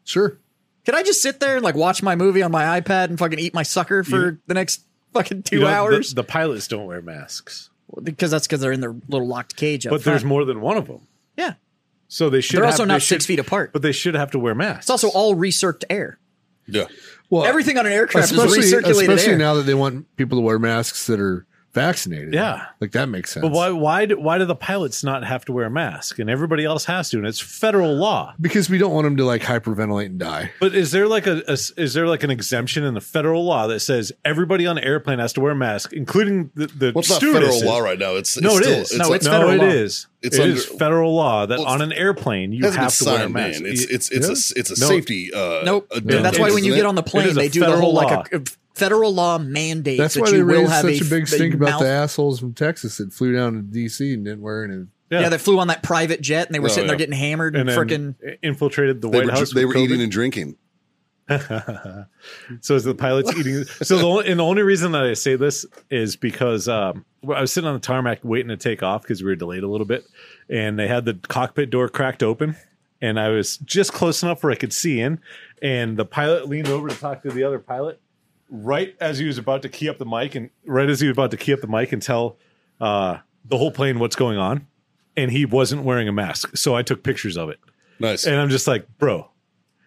D: Sure.
C: Can I just sit there and like watch my movie on my iPad and fucking eat my sucker for the next fucking two
E: You know, the-
C: hours?
E: The, pilots don't wear masks,
C: because that's because they're in their little locked cage. Up
E: but there's
C: front.
E: more than one of them,
C: yeah.
E: so they should.
C: They're
E: have-
C: also
E: they
C: not six
E: should-
C: feet apart.
E: but they should have to wear masks.
C: It's also all recirced air.
F: Yeah.
D: Well,
C: Everything on an aircraft is
D: especially,
C: recirculated
D: especially
C: air.
D: now that they want people to wear masks that are vaccinated.
E: Yeah.
D: Like that makes sense.
E: But why? Why? Do, why do the pilots not have to wear a mask, and everybody else has to? And it's federal law.
D: Because we don't want them to like hyperventilate and die.
E: But is there like a, a s- is there like an exemption in the federal law that says everybody on an airplane has to wear a mask, including the the
F: Well, it's not
E: stewardesses?
F: federal law right now. It's, it's
E: No, it
F: still,
E: is.
C: No,
F: like-
C: it's federal
E: it
C: law.
E: is.
F: It's
E: It
F: under-
E: is federal law that
F: Well,
E: on an airplane you
F: hasn't been
E: have to wear a
F: signed
E: mask.
F: in. It's it's it's a, s- it's a
E: No.
F: safety. Uh,
C: Nope.
F: addendum,
C: That's why when you
F: isn't
C: get
F: it?
C: on the
E: It
C: plane,
E: is a
C: they do the whole
E: federal
C: like a, federal law mandate.
D: That's why
C: that
D: they
C: you will
D: raised
C: have
D: such a,
C: f-
D: big stink about
C: mouth-
D: the assholes from Texas that flew down to D.C. and didn't wear any.
C: Yeah. that flew on that private jet and they were
F: Oh,
C: sitting there
F: yeah.
C: getting hammered
E: and
C: and,
E: then
C: freaking.
E: infiltrated the
F: they
E: White
F: were,
E: House.
F: they
E: with
F: were
E: COVID.
F: eating and drinking.
E: So is the pilots eating? So the only, and the only reason that I say this is because um, well, I was sitting on the tarmac waiting to take off because we were delayed a little bit, and they had the cockpit door cracked open, and I was just close enough where I could see in, and the pilot leaned over to talk to the other pilot, right as he was about to key up the mic, and right as he was about to key up the mic and tell uh, the whole plane what's going on, and he wasn't wearing a mask, so I took pictures of it.
F: Nice.
E: And I'm just like, bro,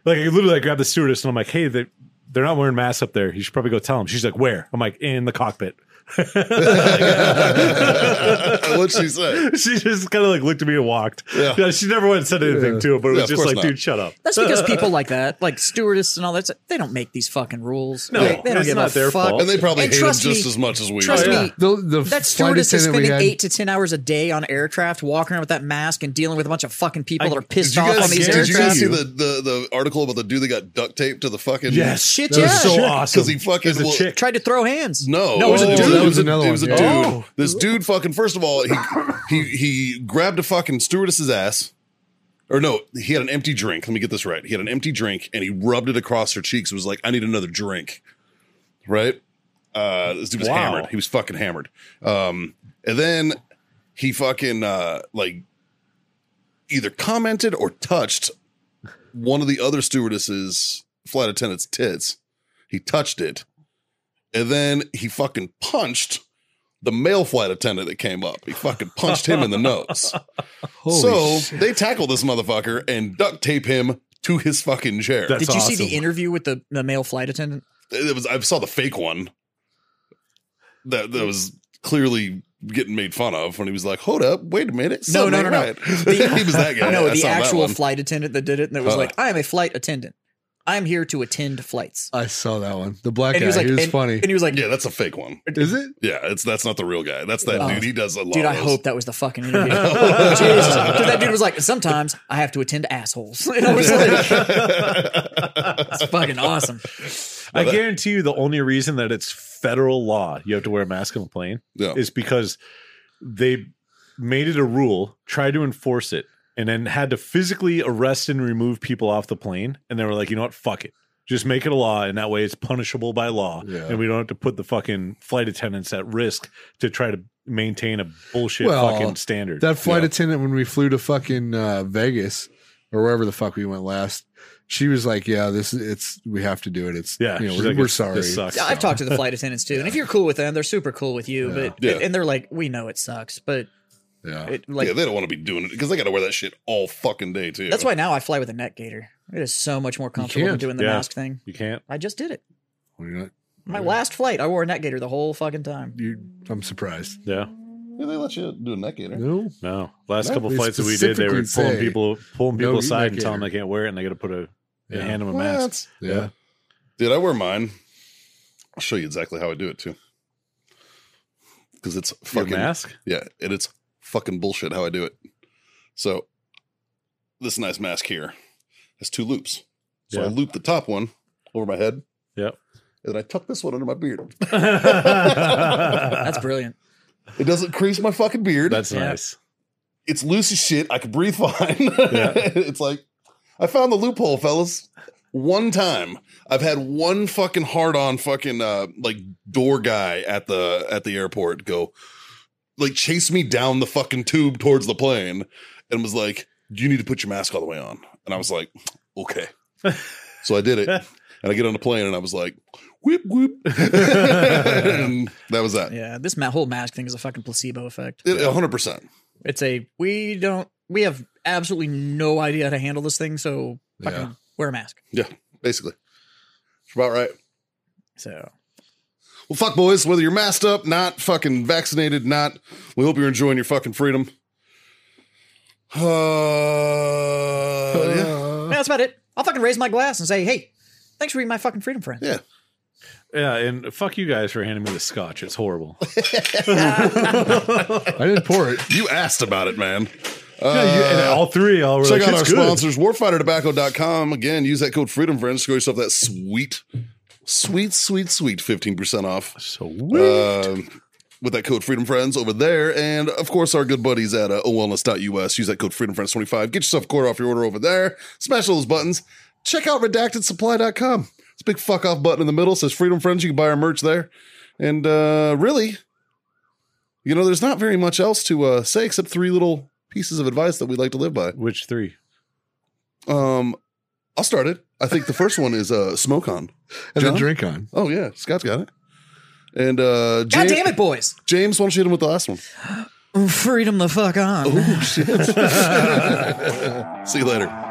E: like I literally like grab the stewardess and I'm like, hey, they, they're not wearing masks up there. You should probably go tell them. She's like, where? I'm like, in the cockpit.
F: What'd she say?
E: She just kind of like looked at me and walked.
F: Yeah.
E: Yeah, she never went and said anything to him, but it
F: Yeah,
E: was
F: of
E: just
F: course
E: like,
F: not.
E: dude, shut up.
C: That's because people like that, like stewardess and all that, they don't make these fucking rules.
E: No,
C: they, they don't
E: it's
C: give
E: not
C: a
E: their
C: fuck.
E: fault.
F: And they probably
C: And
F: hate him
C: trust
F: just
C: me-
F: as much as we.
C: trust
F: do.
C: me,
D: The, the
C: that
D: flight
C: stewardess is
D: attendant we
C: spending
D: had-
C: eight to ten hours a day on aircraft, walking around with that mask and dealing with a bunch of fucking people
E: I-
C: that are
F: Did
C: pissed
F: you
C: off on
F: guys,
C: these
F: did you guys
C: aircraft.
F: see the, the, the article about the dude that got duct taped to the fucking
E: Yes.
C: Shit,
E: That was
C: yeah.
E: so
C: Chick.
E: awesome.
F: 'Cause he fucking
E: It was
F: will-
E: a chick.
C: Tried to throw hands.
F: No,
C: No, it was a
F: Oh,
C: dude.
F: It was,
D: That was another
F: a, it was a
D: one,
F: dude.
D: yeah.
E: Oh.
F: This dude fucking. First of all, he he he grabbed a fucking stewardess's ass. Or no, he had an empty drink. Let me get this right. He had an empty drink and he rubbed it across her cheeks. Was like, I need another drink. Right. Uh, this dude was
E: Wow.
F: hammered. He was fucking hammered. Um, and then he fucking uh, like either commented or touched one of the other stewardesses flight attendants tits he touched it and then he fucking punched the male flight attendant that came up he fucking punched him in the nose
D: Holy
F: so
D: shit.
F: they tackle this motherfucker and duct tape him to his fucking chair
E: That's
C: Did you see
E: awesome.
C: the interview with the, the male flight attendant?
F: it was i saw the fake one that that was clearly getting made fun of when he was like hold up wait a minute
C: No, no, no,
F: something
C: no.
F: ain't right." he was that guy
C: no,
F: I
C: the
F: saw that
C: actual
F: one.
C: flight attendant that did it, and it was
F: Huh.
C: like, "I am a flight attendant." I'm here to attend flights.
D: I saw that one. The black
C: And
D: guy.
C: he was like,
D: he was
C: and,
D: funny.
C: And he was like,
F: Yeah, that's a fake one.
D: Is it?
F: Yeah, it's that's not the real guy. That's that
C: Wow.
F: dude. He does a lot.
C: dude, I
F: of
C: hope that was the fucking interview. Because that dude was like, sometimes I have to attend to assholes. And I was like, that's fucking awesome.
E: I guarantee you the only reason that it's federal law you have to wear a mask on a plane
F: Yeah.
D: Oh.
E: is because they made it a rule, tried to enforce it, and then had to physically arrest and remove people off the plane. And they were like, you know what? Fuck it. Just make it a law, and that way it's punishable by law,
D: Yeah.
E: and we don't have to put the fucking flight attendants at risk to try to maintain a bullshit
D: Well,
E: fucking standard.
D: That flight
F: Yeah.
D: attendant when we flew to fucking uh, Vegas or wherever the fuck we went last, she was like, "Yeah, this it's we have to do it. It's
E: yeah,
D: you know,
E: she's
D: we're,
E: like,
D: we're
E: "This-
D: sorry."
E: This sucks.
C: Yeah, I've talked to the flight attendants too, and if you're cool with them, they're super cool with you. But
F: Yeah.
C: and they're like, we know it sucks, but
D: Yeah.
C: it like
F: yeah, they don't want to be doing it because they got to wear that shit all fucking day too.
C: that's why now I fly with a neck gaiter. It is so much more comfortable than
D: can't.
C: doing the
E: Yeah.
C: mask thing.
E: You can't.
C: I just did it.
D: Well, you're not-
C: My last flight, I wore a neck gaiter the whole fucking time.
D: you- I'm surprised.
E: Yeah.
F: Yeah, they let you do a neck gaiter.
D: No,
E: No, last
F: No,
E: couple
D: they
E: flights that we did, they were
D: specifically
E: pulling
D: say,
E: people pulling
D: "No,
E: people
D: you
E: aside
D: neck
E: and telling them
D: gaiter."
E: they can't wear it, and they got to put a
D: Yeah.
E: hand them a
F: What?
E: mask.
D: yeah.
E: Yeah.
F: Dude, I wear mine. I'll show you exactly how I do it too. Because it's
E: Your
F: fucking
E: mask?
F: yeah, and it's fucking bullshit how I do it. So this nice mask here has two loops. So I
E: Yeah.
F: loop the top one over my head,
E: Yep.
F: and then I tuck this one under my beard.
C: That's brilliant.
F: It doesn't crease my fucking beard.
E: That's
C: Yeah.
E: nice.
F: it's loose as shit. I can breathe fine.
E: Yeah.
F: it's like I found the loophole, fellas. One time, I've had one fucking hard on fucking uh, like door guy at the at the airport go like chase me down the fucking tube towards the plane and was like, "You need to put your mask all the way on." And I was like, "Okay." so I did it, and I get on the plane, and I was like, "Whoop whoop," and that was that.
C: Yeah, this ma- whole mask thing is a fucking placebo effect.
F: It- A hundred percent.
C: It's a we don't we have absolutely no idea how to handle this thing, so fucking
D: Yeah.
C: wear a mask.
F: Yeah, basically, it's about right.
C: So
F: Well, fuck, boys. Whether you're masked up, not fucking vaccinated, not, we hope you're enjoying your fucking freedom. Uh, yeah.
C: yeah, that's about it. I'll fucking raise my glass and say, hey, thanks for being my fucking freedom friend.
F: Yeah.
E: Yeah, and fuck you guys for handing me the scotch. It's horrible.
D: I didn't pour it.
F: You asked about it, man.
E: yeah, you, and all three, all were
F: Check
E: like,
F: out our
E: "It's good."
F: sponsors, warfightertobacco.com. Again, use that code freedom friends to get yourself that sweet, sweet, sweet, sweet 15% off.
E: Sweet.
F: Um, with that code freedom friends over there and of course our good buddies at uh, owellness.us use that code freedom friends 25 get yourself a quarter off your order over there smash all those buttons check out redactedsupply.com it's a big fuck off button in the middle says freedom friends you can buy our merch there and uh really you know there's not very much else to uh say except three little pieces of advice that we like to live by
E: Which three?
F: um i'll start it i think the first one is uh smoke on
D: And
F: John?
D: the drink on.
F: oh yeah scott's got it and uh
C: God
F: james,
C: damn it, boys.
F: james why don't you hit him with the last one
C: Freedom the fuck on.
F: Oh shit. See you later.